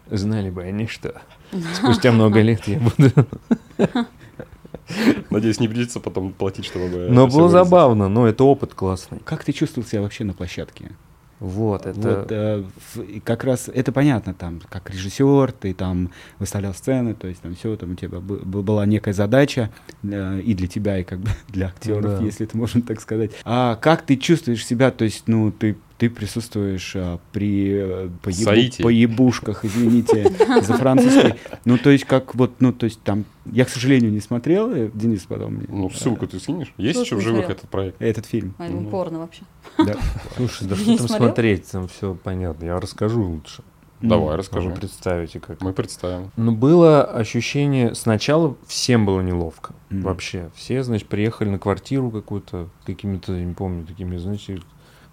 Speaker 3: Знали бы они, что спустя много лет я буду.
Speaker 1: Надеюсь, не придется потом платить, чтобы... э,
Speaker 3: Но
Speaker 1: это всё
Speaker 3: было
Speaker 1: вырезать.
Speaker 3: забавно, но это опыт классный.
Speaker 2: Как ты чувствовал себя вообще на площадке?
Speaker 5: Вот, это...
Speaker 2: Вот, э, в- и как раз это понятно, там, как режиссер, ты там выставлял сцены, то есть там все, там у тебя бы- бы- была некая задача э, и для тебя, и как бы для актеров,
Speaker 3: Да.
Speaker 2: если это можно так сказать. А как ты чувствуешь себя, то есть, ну, ты ты присутствуешь а, при э, поебу-
Speaker 1: Саите.
Speaker 2: поебушках, извините, за французский. Ну, то есть, как вот, ну, то есть, там, я, к сожалению, не смотрел, э, Денис потом мне
Speaker 1: Ну, ссылку ты скинешь? Есть
Speaker 4: Слушай,
Speaker 1: еще в живых
Speaker 4: смотрел.
Speaker 1: этот проект?
Speaker 2: этот фильм.
Speaker 4: А, ну, порно вообще.
Speaker 2: Да.
Speaker 3: Слушай, да
Speaker 4: Не
Speaker 3: что там
Speaker 4: смотрел?
Speaker 3: смотреть, там все понятно. Я расскажу лучше.
Speaker 1: Давай,
Speaker 2: М.
Speaker 1: расскажи.
Speaker 3: Вы представите, как.
Speaker 1: Мы представим.
Speaker 3: Ну, было ощущение, сначала всем было неловко.
Speaker 2: Мгм.
Speaker 3: Вообще. Все, значит, приехали на квартиру какую-то, какими-то, я не помню, такими, знаете,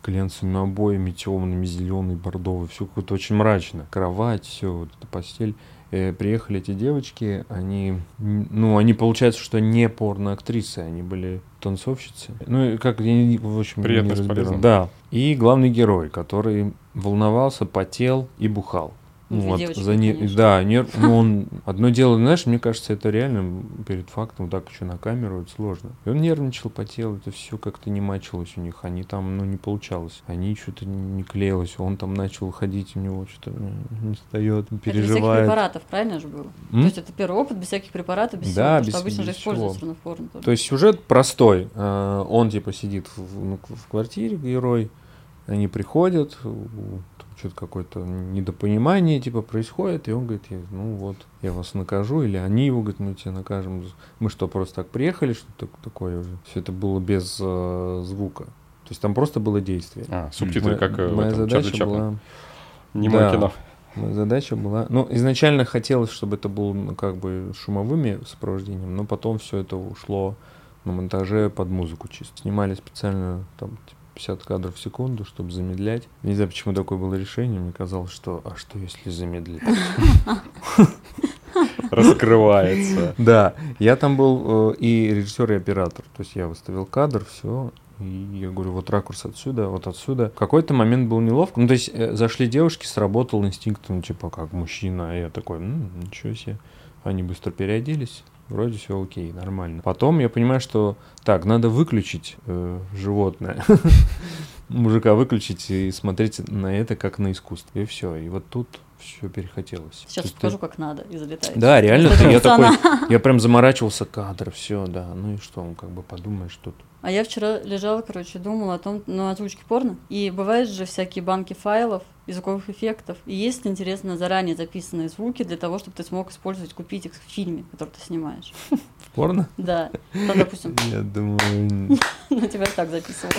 Speaker 3: глянцевыми обоями, темными, зеленый, бордовый, все какое-то очень мрачно. Кровать, все, вот эта постель. Э, приехали эти девочки, они, м, ну, они, получается, что не порноактрисы, они были танцовщицы. Ну, и как, я, не- в общем,
Speaker 1: Приятно
Speaker 3: не
Speaker 1: с
Speaker 3: разбирал.
Speaker 1: полезным.
Speaker 3: Да. И главный герой, который волновался, потел и бухал.
Speaker 4: Ну,
Speaker 3: Ну,
Speaker 4: для
Speaker 3: вот,
Speaker 4: девочки,
Speaker 3: за не-
Speaker 4: конечно.
Speaker 3: Да, нер- ну, он... Одно дело, знаешь, мне кажется, это реально перед фактом, вот так еще на камеру, это сложно. И он нервничал, потел, это все как-то не мачилось у них, они там, ну, не получалось. Они что-то не клеилось, он там начал ходить, у него что-то м, не встает,
Speaker 4: Это без всяких
Speaker 3: переживает.
Speaker 4: препаратов, правильно же было?
Speaker 3: М?
Speaker 4: То есть это первый опыт без всяких препаратов, без
Speaker 3: Да,
Speaker 4: всего, потому
Speaker 3: без-
Speaker 4: что обычно
Speaker 3: без
Speaker 4: же используют
Speaker 3: всего.
Speaker 4: всё равно в порно. тоже.
Speaker 3: То есть сюжет простой. Э, Он типа сидит в, ну, в квартире, герой. Они приходят, что-то какое-то недопонимание типа происходит, и он говорит, «Я- ну вот, я вас накажу, или они его говорят, мы тебя накажем. Мы что, просто так приехали, что так- такое уже? Все это было без э, звука. То есть там просто было действие.
Speaker 1: А, субтитры,
Speaker 3: Моя-
Speaker 1: как э, в
Speaker 3: моя
Speaker 1: этом Чарли
Speaker 3: задача
Speaker 1: Чаплин.
Speaker 3: была
Speaker 1: Немое
Speaker 3: Да.
Speaker 1: кино.
Speaker 3: Моя задача была... Ну, изначально хотелось, чтобы это было ну, как бы шумовыми сопровождением, но потом все это ушло на монтаже под музыку чисто. Снимали специально там типа, 50 кадров в секунду, чтобы замедлять. Не знаю, почему такое было решение. Мне казалось, что а что если замедлить?
Speaker 1: Раскрывается.
Speaker 3: Да, я там был э, и режиссер, и оператор. То есть я выставил кадр, все. И я говорю, вот ракурс отсюда, вот отсюда. В какой-то момент был неловко. Ну, то есть э, зашли девушки, сработал инстинкт, ну, типа, как мужчина. А я такой, ну, ничего себе. Они быстро переоделись. Вроде все окей, нормально. Потом я понимаю, что так, надо выключить э, животное. Мужика выключить и смотреть на это как на искусство. И все. И вот тут все перехотелось. То
Speaker 4: Сейчас
Speaker 3: есть ты-
Speaker 4: покажу, как надо, и залетает.
Speaker 3: да, реально,
Speaker 4: Вот
Speaker 3: ты-
Speaker 4: Типа, это
Speaker 3: я такой,
Speaker 4: пацана.
Speaker 3: я прям заморачивался кадр, все, да. Ну и что, он как бы подумаешь тут.
Speaker 4: А я вчера лежала, короче, думала о том, ну, озвучке порно. И бывают же всякие банки файлов, и звуковых эффектов. И есть, интересно, заранее записанные звуки для того, чтобы ты смог использовать, купить их в фильме, который ты снимаешь.
Speaker 3: Порно?
Speaker 4: Да. Там, допустим,
Speaker 3: Я думаю,
Speaker 4: на тебя так записывал.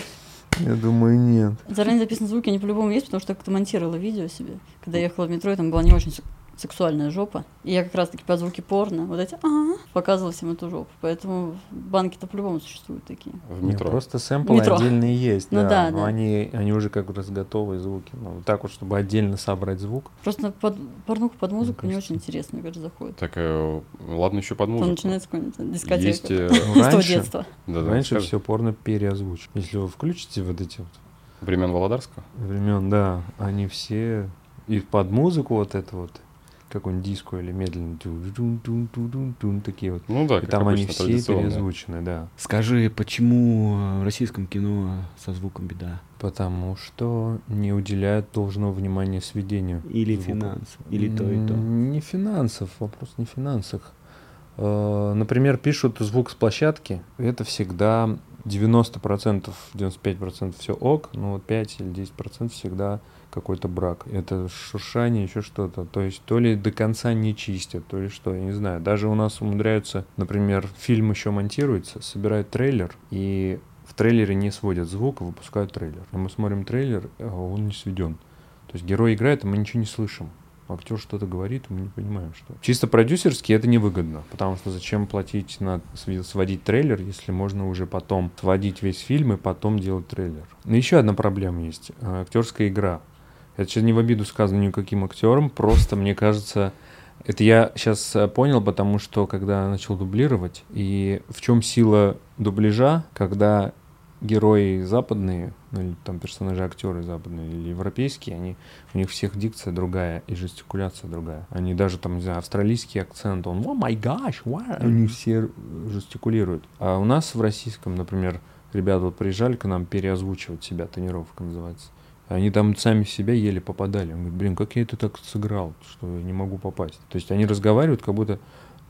Speaker 3: я думаю, нет.
Speaker 4: Заранее записанные звуки, они по-любому есть, потому что я как-то монтировала видео себе. Когда я ехала в метро, и там была не очень сек- сексуальная жопа. И я как раз-таки под звуки порно, вот эти «а», показывала всем эту жопу. Поэтому банки-то по-любому существуют такие.
Speaker 1: В метро.
Speaker 3: Просто сэмплы
Speaker 4: Метро.
Speaker 3: отдельные есть,
Speaker 4: Ну
Speaker 3: да.
Speaker 4: да,
Speaker 3: но
Speaker 4: да.
Speaker 3: Они, они уже как раз готовые звуки. Ну, вот так вот, чтобы отдельно собрать звук.
Speaker 4: Просто под порнуху
Speaker 3: Ну,
Speaker 4: под музыку не
Speaker 3: кажется.
Speaker 4: очень интересно, мне кажется, заходит.
Speaker 1: Так, э, ладно, еще под
Speaker 4: Там
Speaker 1: музыку.
Speaker 4: начинается какая-нибудь дискотека.
Speaker 1: Есть... э,
Speaker 3: Ну,
Speaker 4: С того
Speaker 3: раньше
Speaker 4: детства.
Speaker 1: да-да,
Speaker 3: раньше
Speaker 1: скажи.
Speaker 3: все порно переозвучивали. Если вы включите вот эти вот
Speaker 1: Времен Володарского.
Speaker 3: времен, да, они все и под музыку вот это вот, какую-нибудь диско или медленно, тун-тун-тун-тун-тун, такие вот.
Speaker 1: Ну да,
Speaker 3: И
Speaker 1: как
Speaker 3: там они
Speaker 1: обычно,
Speaker 3: все
Speaker 1: традиционно.
Speaker 3: переозвучены, да.
Speaker 2: Скажи, почему э, в российском кино со звуком беда?
Speaker 3: Потому что не уделяют должного внимания сведению.
Speaker 2: Или
Speaker 3: звуку.
Speaker 2: финансы, или то и то.
Speaker 3: М, Не финансов, вопрос не в финансах. Э, Например, пишут звук с площадки. Это всегда 90%, 95% все ок, но вот 5 или 10% всегда какой-то брак. Это шуршание, еще что-то. То есть то ли до конца не чистят, то ли что, я не знаю. Даже у нас умудряются, например, фильм еще монтируется, собирают трейлер, и в трейлере не сводят звук, а выпускают трейлер. И мы смотрим трейлер, а он не сведен. То есть герой играет, а мы ничего не слышим. Актер А что-то говорит, мы не понимаем, что. Чисто продюсерски это невыгодно, потому что зачем платить на сви- сводить трейлер, если можно уже потом сводить весь фильм и потом делать трейлер. Но еще одна проблема есть. а, Актерская игра. Это сейчас не в обиду сказано никаким актерам, просто мне кажется, это я сейчас понял, потому что когда начал дублировать, и в чем сила дубляжа, когда герои западные, ну или там персонажи актеры западные или европейские, они у них всех дикция другая и жестикуляция другая. Они даже там, не знаю, австралийский акцент, он «О май гаш, Они все жестикулируют. А у нас в российском, например, ребята вот приезжали к нам переозвучивать себя, тренировка называется. Они там сами себя еле попадали. Он говорит, блин, как я это так сыграл, что я не могу попасть. То есть они разговаривают, как будто,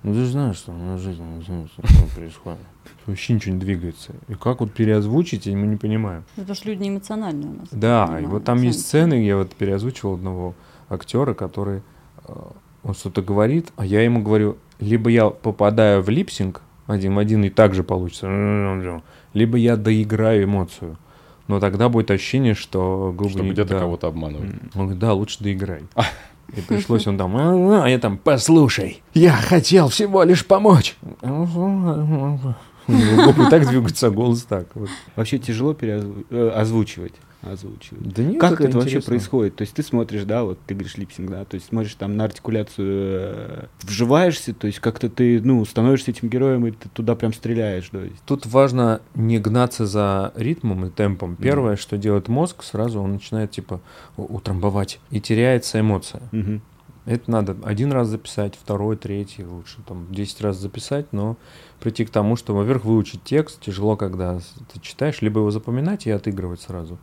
Speaker 3: ну ты же знаешь, что у нас жизнь, ну, знаешь, что происходит. Вообще ничего не двигается. И как вот переозвучить, и мы не понимаем.
Speaker 4: Ну, Потому что люди неэмоциональные у нас.
Speaker 3: Да, и
Speaker 4: понимаю,
Speaker 3: вот там есть
Speaker 4: сами.
Speaker 3: сцены, я вот переозвучивал одного актера, который э, он что-то говорит, а я ему говорю, либо я попадаю в липсинг один в один и так же получится, Ну, либо я доиграю эмоцию. Но тогда будет ощущение, что губы
Speaker 1: чтобы
Speaker 3: не-
Speaker 1: где-то
Speaker 3: да.
Speaker 1: кого-то обманывать.
Speaker 2: М.
Speaker 3: Он говорит, да, лучше доиграй. И пришлось он там, «А-а-а», а я там, послушай, я хотел всего лишь помочь. У него Губы так двигаются, а голос так. вот.
Speaker 2: Вообще тяжело переозвучивать. Озвучивать.
Speaker 3: Да нет,
Speaker 2: Как это, вообще
Speaker 3: Ну, интересно.
Speaker 2: происходит? То есть ты смотришь, да, вот ты говоришь липсинг, да, то есть смотришь там на артикуляцию, э, вживаешься, то есть как-то ты, ну, становишься этим героем, и ты туда прям стреляешь, то есть.
Speaker 3: Тут важно не гнаться за ритмом и темпом. Первое, что делает мозг, сразу он начинает типа у- утрамбовать и теряется эмоция.
Speaker 2: Мгм.
Speaker 3: Это надо один раз записать, второй, третий, лучше там 10 раз записать, но прийти к тому, что, во-первых, выучить текст тяжело, когда с- ты читаешь, либо его запоминать и отыгрывать сразу.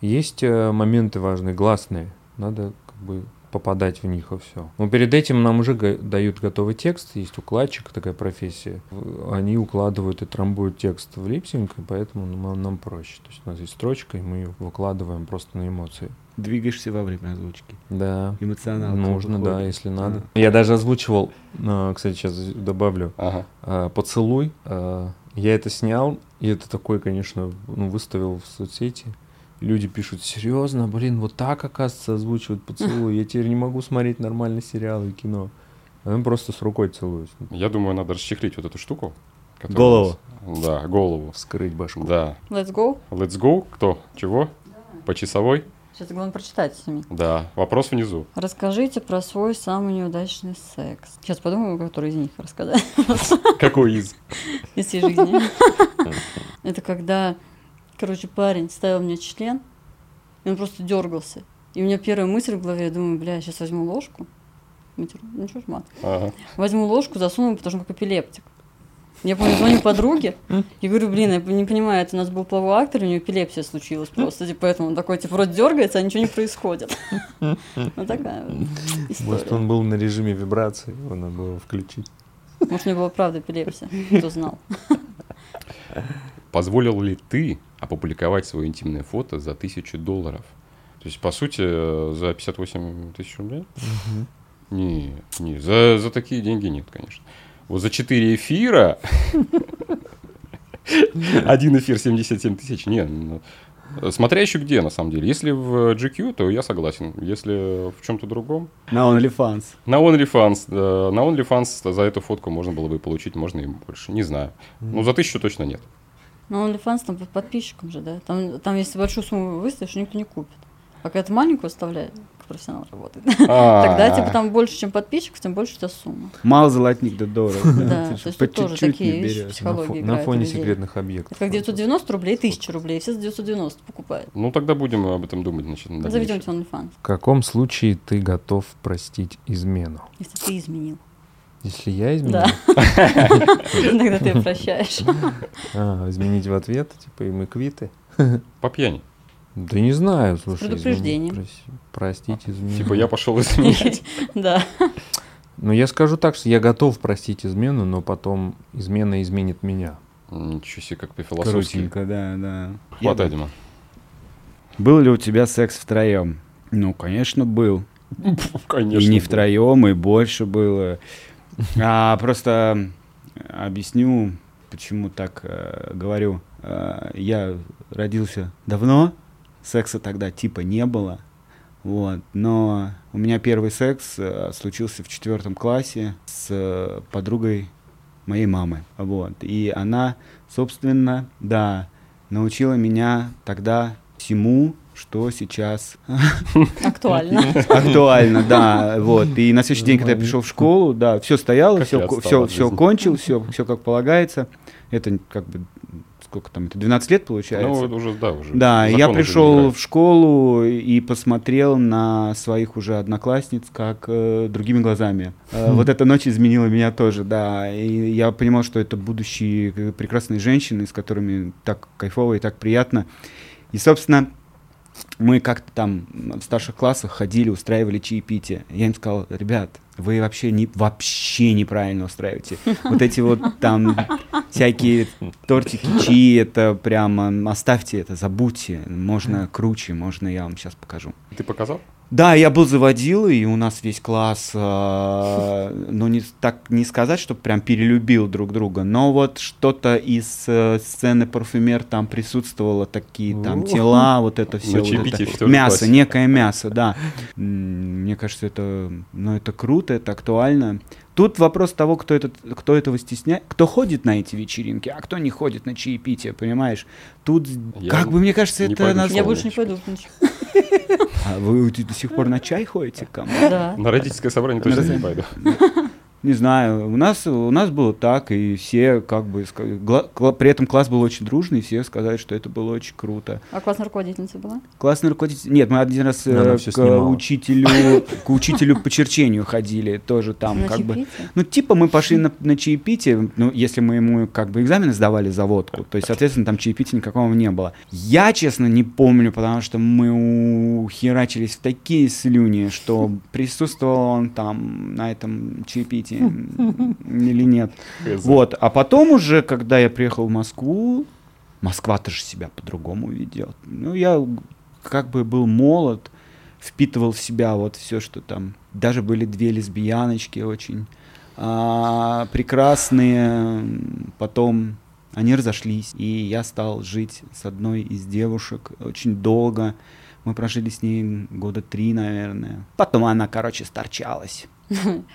Speaker 3: Есть э, моменты важные, гласные, надо как бы попадать в них и все. Но перед этим нам уже га- дают готовый текст, есть укладчик, такая профессия. В- Они укладывают и трамбуют текст в липсинг, и поэтому нам, нам проще. То есть у нас есть строчка, и мы ее выкладываем просто на эмоции.
Speaker 2: Двигаешься во время озвучки.
Speaker 3: Да.
Speaker 2: Эмоционально.
Speaker 3: Нужно, да, если надо. Я даже озвучивал, а, кстати, сейчас добавлю,
Speaker 1: Ага.
Speaker 3: а, поцелуй. А, Я это снял, и это такой, конечно, ну, выставил в соцсети. И Люди пишут, серьезно, блин, вот так, оказывается, озвучивают поцелуй. Я теперь не могу смотреть нормальные сериалы и кино. А Он просто с рукой целуюсь.
Speaker 1: Я думаю, надо расчехлить вот эту штуку. которая
Speaker 3: Голову.
Speaker 1: у нас- Да, голову.
Speaker 3: Вскрыть башку.
Speaker 1: Да.
Speaker 4: Let's go.
Speaker 1: Let's go. Кто? Чего? По часовой?
Speaker 4: Сейчас главное прочитать сами.
Speaker 1: Да. Вопрос внизу.
Speaker 4: Расскажите про свой самый неудачный секс. Сейчас подумаю, который из них рассказать
Speaker 1: Какой из?
Speaker 4: из всей жизни. Это когда, короче, парень ставил мне член, и он просто дергался. И у меня первая мысль в голове, я думаю, бля, я сейчас возьму ложку. Матер- Ну чё ж мат.
Speaker 1: Ага.
Speaker 4: Возьму ложку, засуну, потому что он как эпилептик. Я помню, звоню подруге и говорю, блин, я не понимаю, это у нас был половой актор, у него эпилепсия случилась просто, типа, поэтому он такой, типа, рот дергается, а ничего не происходит. Вот такая вот
Speaker 3: Может,
Speaker 4: история.
Speaker 3: он был на режиме вибрации, его надо было включить.
Speaker 4: Может, у него была правда эпилепсия, кто знал.
Speaker 1: Позволил ли ты опубликовать свое интимное фото за тысячу долларов? То есть, по сути, э, за 58 тысяч рублей? Не, не, за, за такие деньги нет, конечно. Вот за 4 эфира... Один эфир 77 тысяч, не, ну, Смотря еще где, на самом деле. Если в GQ, то я согласен. Если в чем-то другом.
Speaker 2: На OnlyFans.
Speaker 1: На OnlyFans. э, На OnlyFans за эту фотку можно было бы и получить, можно и больше. Не знаю. Ну, за тысячу точно нет.
Speaker 4: Но OnlyFans там по подписчикам же, да? Там, там если большую сумму выставишь, никто не купит. А когда ты маленькую оставляешь, как профессионал работает,
Speaker 1: А,
Speaker 2: А.
Speaker 4: тогда типа там больше, чем подписчиков, тем больше у тебя сумма.
Speaker 2: Мало золотник до дорого. Ты
Speaker 4: Да, то
Speaker 2: же
Speaker 4: есть
Speaker 2: по
Speaker 4: тут тоже
Speaker 2: чуть-чуть
Speaker 4: такие
Speaker 2: не
Speaker 4: вещи
Speaker 2: берёшь.
Speaker 3: На,
Speaker 4: психологии
Speaker 3: фо- на
Speaker 4: играют у
Speaker 3: фоне
Speaker 4: людей.
Speaker 3: секретных объектов.
Speaker 4: Это как 990 рублей, 1000 рублей, все за 990 покупают.
Speaker 1: Ну, тогда будем об этом думать, значит, на
Speaker 4: Заведем
Speaker 1: дальнейшем.
Speaker 4: тебе OnlyFans,
Speaker 3: В каком случае ты готов простить измену?
Speaker 4: если ты изменил.
Speaker 3: Если я изменил?
Speaker 4: Да. Иногда ты прощаешь.
Speaker 3: А, изменить в ответ, типа, и мы квиты?
Speaker 1: По пьяни.
Speaker 3: Да не знаю, слушай. изменить,
Speaker 4: предупреждением.
Speaker 3: проси- простить измену.
Speaker 1: Типа я пошел изменять.
Speaker 4: Да.
Speaker 3: Ну, я скажу так, что я готов простить измену, но потом измена изменит меня.
Speaker 1: Ничего себе, как ты философский.
Speaker 2: Коротенько, да, да. Я
Speaker 1: Хватай, Дима.
Speaker 2: Был ли у тебя секс втроем? Ну, конечно, был.
Speaker 1: Конечно.
Speaker 2: и не
Speaker 1: был.
Speaker 2: втроем, и больше было. А, просто э, объясню, почему так э, говорю. Э, я родился давно, секса тогда типа не было. Вот, но у меня первый секс э, случился в четвертом классе с э, подругой моей мамы. Вот, и она, собственно, да, научила меня тогда всему, что сейчас
Speaker 4: Актуально.
Speaker 2: Актуально, да, вот. И на следующий день, когда я пришел в школу, да, все стояло,
Speaker 1: Как
Speaker 2: все,
Speaker 1: я отстал
Speaker 2: все,
Speaker 1: от
Speaker 2: все
Speaker 1: жизни.
Speaker 2: кончил, все, все как полагается. Это как бы сколько там, это 12 лет получается.
Speaker 1: Ну, вот уже, да, уже.
Speaker 2: Да,
Speaker 1: Закон
Speaker 2: я
Speaker 1: уже не
Speaker 2: пришел
Speaker 1: играет.
Speaker 2: в школу и посмотрел на своих уже одноклассниц как э, другими глазами. Э, вот эта ночь изменила меня тоже, да. И я понимал, что это будущие э, прекрасные женщины, с которыми так кайфово и так приятно. И, собственно, мы как-то там в старших классах ходили, устраивали чаепитие. Я им сказал, ребят, вы вообще, не, вообще неправильно устраиваете. Вот эти вот там всякие тортики, чаи, это прямо оставьте это, забудьте. Можно круче, можно я вам сейчас покажу.
Speaker 1: Ты показал?
Speaker 2: Да, я был заводил, и у нас весь класс, э, ну, не, так не сказать, что прям перелюбил друг друга, но вот что-то из э, сцены парфюмер там присутствовало, такие там тела, вот это
Speaker 1: На
Speaker 2: все. вот это.
Speaker 1: чаепитии в четвёртом
Speaker 2: Мясо,
Speaker 1: классе.
Speaker 2: некое мясо, да. М, Мне кажется, это, ну, это круто, это актуально. Тут вопрос того, кто, этот, кто этого стесняет, кто ходит на эти вечеринки, а кто не ходит на чаепитие, понимаешь? Тут,
Speaker 1: Я
Speaker 2: как бы, мне кажется,
Speaker 1: не
Speaker 2: это...
Speaker 1: пойду.
Speaker 2: нас-
Speaker 4: Я
Speaker 1: Солнышко.
Speaker 4: больше не пойду в ночь.
Speaker 2: А вы до сих пор на чай ходите к кому?
Speaker 4: Да.
Speaker 1: На родительское собрание точно не пойду.
Speaker 2: Не знаю, у нас, у нас было так, и все как бы... ска- гла- кла- при этом класс был очень дружный, и все сказали, что это было очень круто.
Speaker 4: А классная руководительница была?
Speaker 2: Классный руководитель... Нет, мы один раз э,
Speaker 3: Она
Speaker 2: к
Speaker 3: всё снимала.
Speaker 2: учителю, к учителю по черчению ходили, тоже там
Speaker 4: На
Speaker 2: как бы...
Speaker 4: чаепитие?
Speaker 2: Ну, типа мы пошли на, на чаепитие, ну, если мы ему как бы экзамены сдавали за водку, то есть, соответственно, там чаепития никакого не было. Я, честно, не помню, потому что мы ухерачились в такие слюни, что присутствовал он там на этом чаепитии м, или нет.
Speaker 1: Хз.
Speaker 2: Вот, а потом уже, когда я приехал в Москву, Москва-то же себя по-другому ведет. Ну, я как бы был молод, впитывал в себя вот все, что там. Даже были две лесбияночки очень а, прекрасные. Потом они разошлись, и я стал жить с одной из девушек очень долго. Мы прожили с ней года три, наверное. Потом она, короче, сторчалась.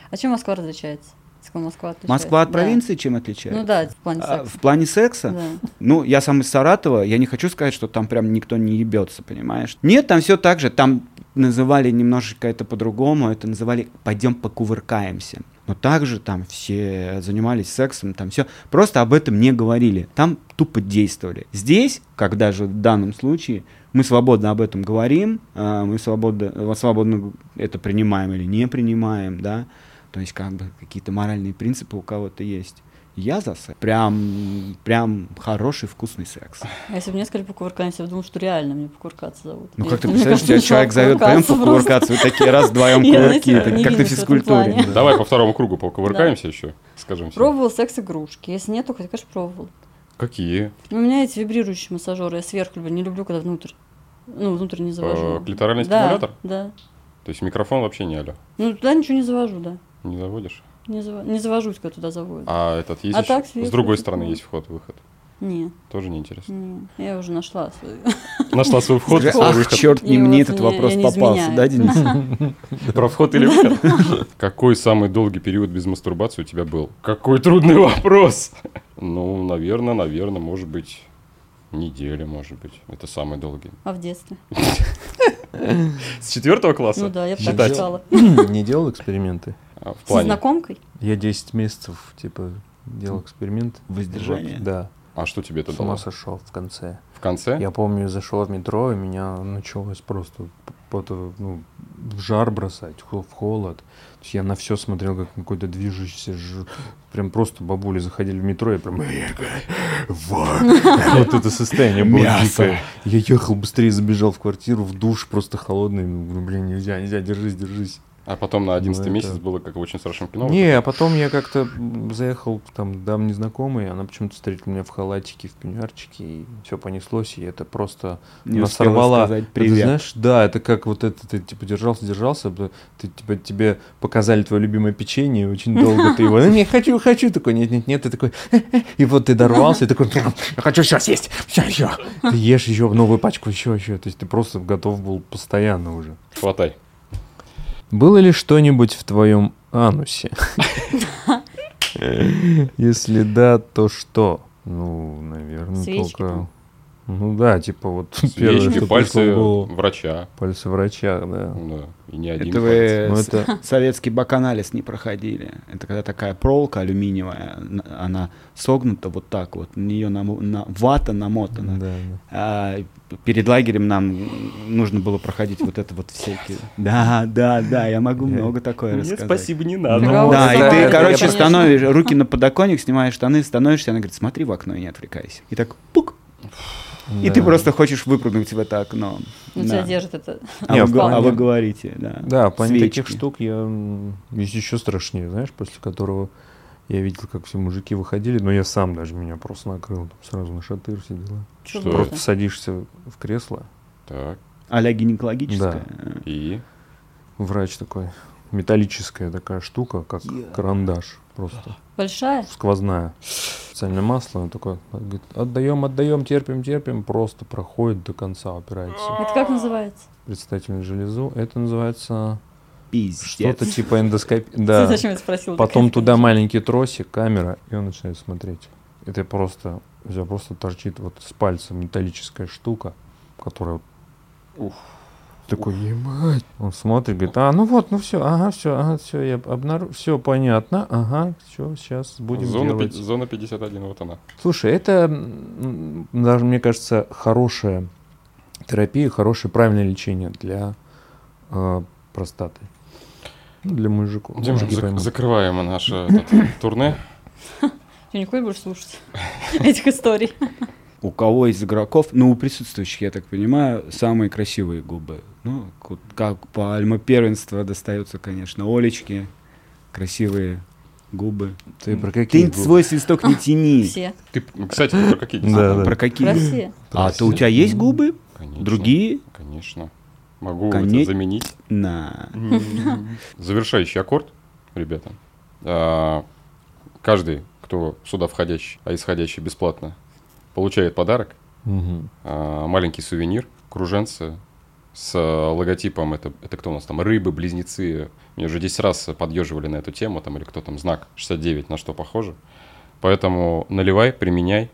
Speaker 4: А чем Москва различается? С кем Москва отличается?
Speaker 2: Москва от
Speaker 4: Да.
Speaker 2: провинции чем отличается?
Speaker 4: Ну да, в плане
Speaker 2: А,
Speaker 4: секса.
Speaker 2: в плане секса?
Speaker 4: Да.
Speaker 2: Ну, я сам из Саратова, я не хочу сказать, что там прям никто не ебется, понимаешь? Нет, там все так же, там называли немножечко это по-другому, это называли «пойдем покувыркаемся». Но также там все занимались сексом, там все. Просто об этом не говорили. Там тупо действовали. Здесь, как даже в данном случае, мы свободно об этом говорим, а, мы свободно, свободно это принимаем или не принимаем, да. То есть как бы какие-то моральные принципы у кого-то есть. Я за секс. Прям, прям хороший вкусный секс.
Speaker 4: А если бы мне сказали покувыркаемся, я думала, что реально мне покувыркаться зовут.
Speaker 2: Ну
Speaker 4: Я-
Speaker 2: как ты
Speaker 4: мне
Speaker 2: представляешь,
Speaker 4: кажется,
Speaker 2: тебя
Speaker 4: начала
Speaker 2: человек зовет, пойдем
Speaker 4: кувыркаться просто.
Speaker 2: покувыркаться, вы такие раз вдвоем
Speaker 4: Я,
Speaker 2: кувырки,
Speaker 4: знаете,
Speaker 2: это
Speaker 4: не
Speaker 2: как ты в
Speaker 4: вижусь в этом
Speaker 2: физкультуре.
Speaker 4: плане.
Speaker 1: Давай по второму кругу покувыркаемся еще, скажем всем.
Speaker 4: Пробовал секс-игрушки. Если нет, то, хоть, конечно, пробовал.
Speaker 1: Какие?
Speaker 4: У меня эти вибрирующие массажеры, я сверху люблю, не люблю, когда внутрь. Ну, внутрь не завожу.
Speaker 1: Э, клиторальный
Speaker 4: Да,
Speaker 1: стимулятор?
Speaker 4: Да.
Speaker 1: То есть микрофон вообще не алё.
Speaker 4: Ну, туда ничего не завожу, да.
Speaker 1: Не заводишь?
Speaker 4: Не, зава- не завожусь, когда туда заводят.
Speaker 1: А этот есть
Speaker 4: А
Speaker 1: ещё?
Speaker 4: так
Speaker 1: С
Speaker 4: сверху
Speaker 1: другой
Speaker 4: такой.
Speaker 1: стороны есть вход-выход.
Speaker 4: Не,
Speaker 1: Тоже неинтересно.
Speaker 4: не, я уже нашла свою.
Speaker 1: Нашла свой вход,
Speaker 2: Скажи,
Speaker 1: свой
Speaker 2: Ах,
Speaker 1: выход.
Speaker 2: черт, не
Speaker 4: И
Speaker 2: мне
Speaker 4: вот
Speaker 2: этот
Speaker 4: мне-
Speaker 2: вопрос
Speaker 4: я не
Speaker 2: попался, да, Денис?
Speaker 4: изменяю.
Speaker 1: Про вход или выход. Какой самый долгий период без мастурбации у тебя был? Какой трудный вопрос. Ну, наверное, наверное, может быть, неделя, может быть. Это самый долгий.
Speaker 4: А в детстве?
Speaker 1: С четвертого класса?
Speaker 4: Ну да, я бы так
Speaker 1: Считать.
Speaker 4: сказала.
Speaker 3: Не делал эксперименты?
Speaker 1: А, В
Speaker 4: Со
Speaker 1: плане.
Speaker 4: знакомкой?
Speaker 3: Я 10 месяцев, типа, делал эксперимент.
Speaker 2: Воздержание?
Speaker 3: Да.
Speaker 1: А что тебе это
Speaker 3: С ума
Speaker 1: дало?
Speaker 3: сошел в конце.
Speaker 1: В конце?
Speaker 3: Я помню, зашел в метро, и меня началось просто потом, ну, в жар бросать, хо- в холод. То есть я на все смотрел, как на какой-то движущийся... ж- Прям просто бабули заходили в метро, и прям... Вот это состояние было
Speaker 2: Мясо.
Speaker 3: дикое. Я ехал быстрее, забежал в квартиру, в душ просто холодный. Ну, Говорю, блин, нельзя, нельзя, держись, держись.
Speaker 1: А потом на 11
Speaker 3: Ну, это-
Speaker 1: месяц было как в очень страшном кино.
Speaker 3: Не, а потом я как-то м, заехал к там дам незнакомый, она почему-то встретила меня в халатике, в пенюарчике, и все понеслось, и это просто
Speaker 2: Не
Speaker 3: она
Speaker 2: успела
Speaker 3: сорвала.
Speaker 2: сказать
Speaker 3: Это,
Speaker 2: привет.
Speaker 3: знаешь, да, это как вот это, ты типа держался, держался, б- ты, типа, тебе показали твое любимое печенье, и очень долго ты его, «Ну, не, хочу, хочу, такой, нет, нет, нет, ты такой, «Э, э». и вот ты дорвался, и такой, «Я хочу все съесть, все еще. Ты ешь еще новую пачку, еще, еще, то есть ты просто готов был постоянно уже.
Speaker 1: Хватай.
Speaker 3: Было ли что-нибудь в твоем анусе? Если да, то что? Ну, наверное,
Speaker 4: Свечки
Speaker 3: только...
Speaker 4: там.
Speaker 3: Ну да, типа вот первое, что
Speaker 1: Свечки,
Speaker 3: пришло в
Speaker 1: пальцы
Speaker 3: голову.
Speaker 1: врача.
Speaker 3: Пальцы врача, да.
Speaker 1: Да, и не один
Speaker 2: Это
Speaker 1: палец.
Speaker 2: вы
Speaker 3: Ну,
Speaker 2: Э, с-
Speaker 3: это-
Speaker 2: советский баканализ не проходили. Это когда такая проволока алюминиевая, н- она согнута вот так вот, на нее намо- на, вата намотана.
Speaker 3: Да, да.
Speaker 2: А, перед лагерем нам нужно было проходить вот это вот всякие. Да, да, да, я могу
Speaker 3: Я-
Speaker 2: много такое рассказать.
Speaker 1: не
Speaker 3: Ну,
Speaker 4: Кого
Speaker 2: Да, и
Speaker 4: это-
Speaker 2: ты,
Speaker 4: это
Speaker 2: короче,
Speaker 4: я понимаю.
Speaker 2: становишь руки на подоконник, снимаешь штаны, становишься, она говорит, смотри в окно и не отвлекайся. И так, пук, И ты просто хочешь выпрыгнуть в это окно.
Speaker 4: Ну,
Speaker 2: Да.
Speaker 4: тебя держит это.
Speaker 2: А,
Speaker 3: Не,
Speaker 2: вы,
Speaker 3: в
Speaker 2: го- а
Speaker 3: плане-
Speaker 2: вы говорите, да.
Speaker 3: Да, в плане таких
Speaker 2: Свечки.
Speaker 3: штук я... м, Есть еще страшнее, знаешь, после которого я видел, как все мужики выходили, но я сам даже меня просто накрыл, там сразу на шатыр все дела.
Speaker 4: Чё
Speaker 1: Что
Speaker 4: можно?
Speaker 3: Просто садишься в кресло,
Speaker 1: Так,
Speaker 2: А-ля гинекологическое.
Speaker 1: и...
Speaker 3: врач такой, металлическая такая штука, как
Speaker 2: Я.
Speaker 3: карандаш просто,
Speaker 4: Большая?
Speaker 3: сквозная. Специальное масло, он такой, говорит, отдаем, отдаем, терпим, терпим, просто проходит до конца, опирается
Speaker 4: Это как называется?
Speaker 3: в предстательную железу. Это называется
Speaker 2: Пиздец.
Speaker 3: что-то типа эндоскопия.
Speaker 4: Ты
Speaker 3: Да.
Speaker 4: Зачем я спросила?
Speaker 3: Потом
Speaker 4: Какая
Speaker 3: туда
Speaker 4: это?
Speaker 3: маленький тросик, камера, и он начинает смотреть. И ты просто, у тебя просто торчит вот с пальца металлическая штука, которая...
Speaker 1: Ух.
Speaker 3: Такой, ебать. Он смотрит, говорит, а, ну вот, ну все, ага, все, ага, все, я обнаружил, все понятно, ага, все, сейчас будем
Speaker 1: зона, пи-
Speaker 3: делать.
Speaker 1: зона 51, вот она.
Speaker 3: Слушай, это м, даже, мне кажется, хорошая терапия, хорошее правильное лечение для э, простаты. Ну, Для мужиков.
Speaker 1: Димушка,
Speaker 3: Мужики
Speaker 1: зак-
Speaker 3: поймут.
Speaker 1: закрываем наше этот, турне.
Speaker 4: Ты никуда не будешь слушать этих историй.
Speaker 2: У кого из игроков, ну, у присутствующих, я так понимаю, самые красивые губы. Ну, ку- как пальма первенства достается, конечно, Олечке. Красивые губы.
Speaker 3: Ты про
Speaker 2: Ты
Speaker 3: какие губы?
Speaker 2: свой свисток не тяни. А,
Speaker 4: Все.
Speaker 1: Ты, кстати, ты про какие
Speaker 3: Да,
Speaker 1: действия?
Speaker 3: да.
Speaker 2: Про какие?
Speaker 4: Россия.
Speaker 2: А то у тебя есть губы?
Speaker 1: Конечно,
Speaker 2: Другие?
Speaker 1: Конечно. Могу
Speaker 2: Коне-
Speaker 1: это заменить.
Speaker 2: На.
Speaker 1: Завершающий аккорд, ребята. А, Каждый, кто сюда входящий, а исходящий бесплатно, получает подарок.
Speaker 3: Мгм.
Speaker 1: а, Маленький сувенир, круженцы с а, логотипом, это, это кто у нас там, рыбы-близнецы. Меня уже 10 раз подъеживали на эту тему, там, или кто там, знак 69, на что похоже. Поэтому наливай, применяй.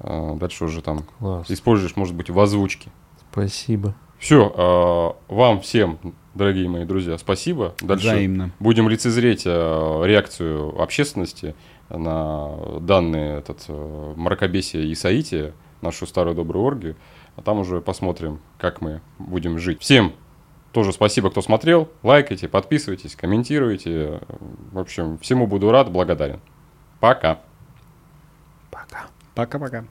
Speaker 1: А, Дальше уже там
Speaker 3: Класс.
Speaker 1: используешь, может быть, в озвучке.
Speaker 3: Спасибо.
Speaker 1: Все, а, вам всем, дорогие мои друзья, спасибо. Дальше
Speaker 2: Взаимно.
Speaker 1: будем лицезреть э, реакцию общественности на данные этот э, мракобесие и соитие, нашу старую добрую оргию. А там уже посмотрим, как мы будем жить. Всем тоже спасибо, кто смотрел. Лайкайте, подписывайтесь, комментируйте. В общем, всему буду рад, благодарен. Пока.
Speaker 3: Пока.
Speaker 2: Пока-пока.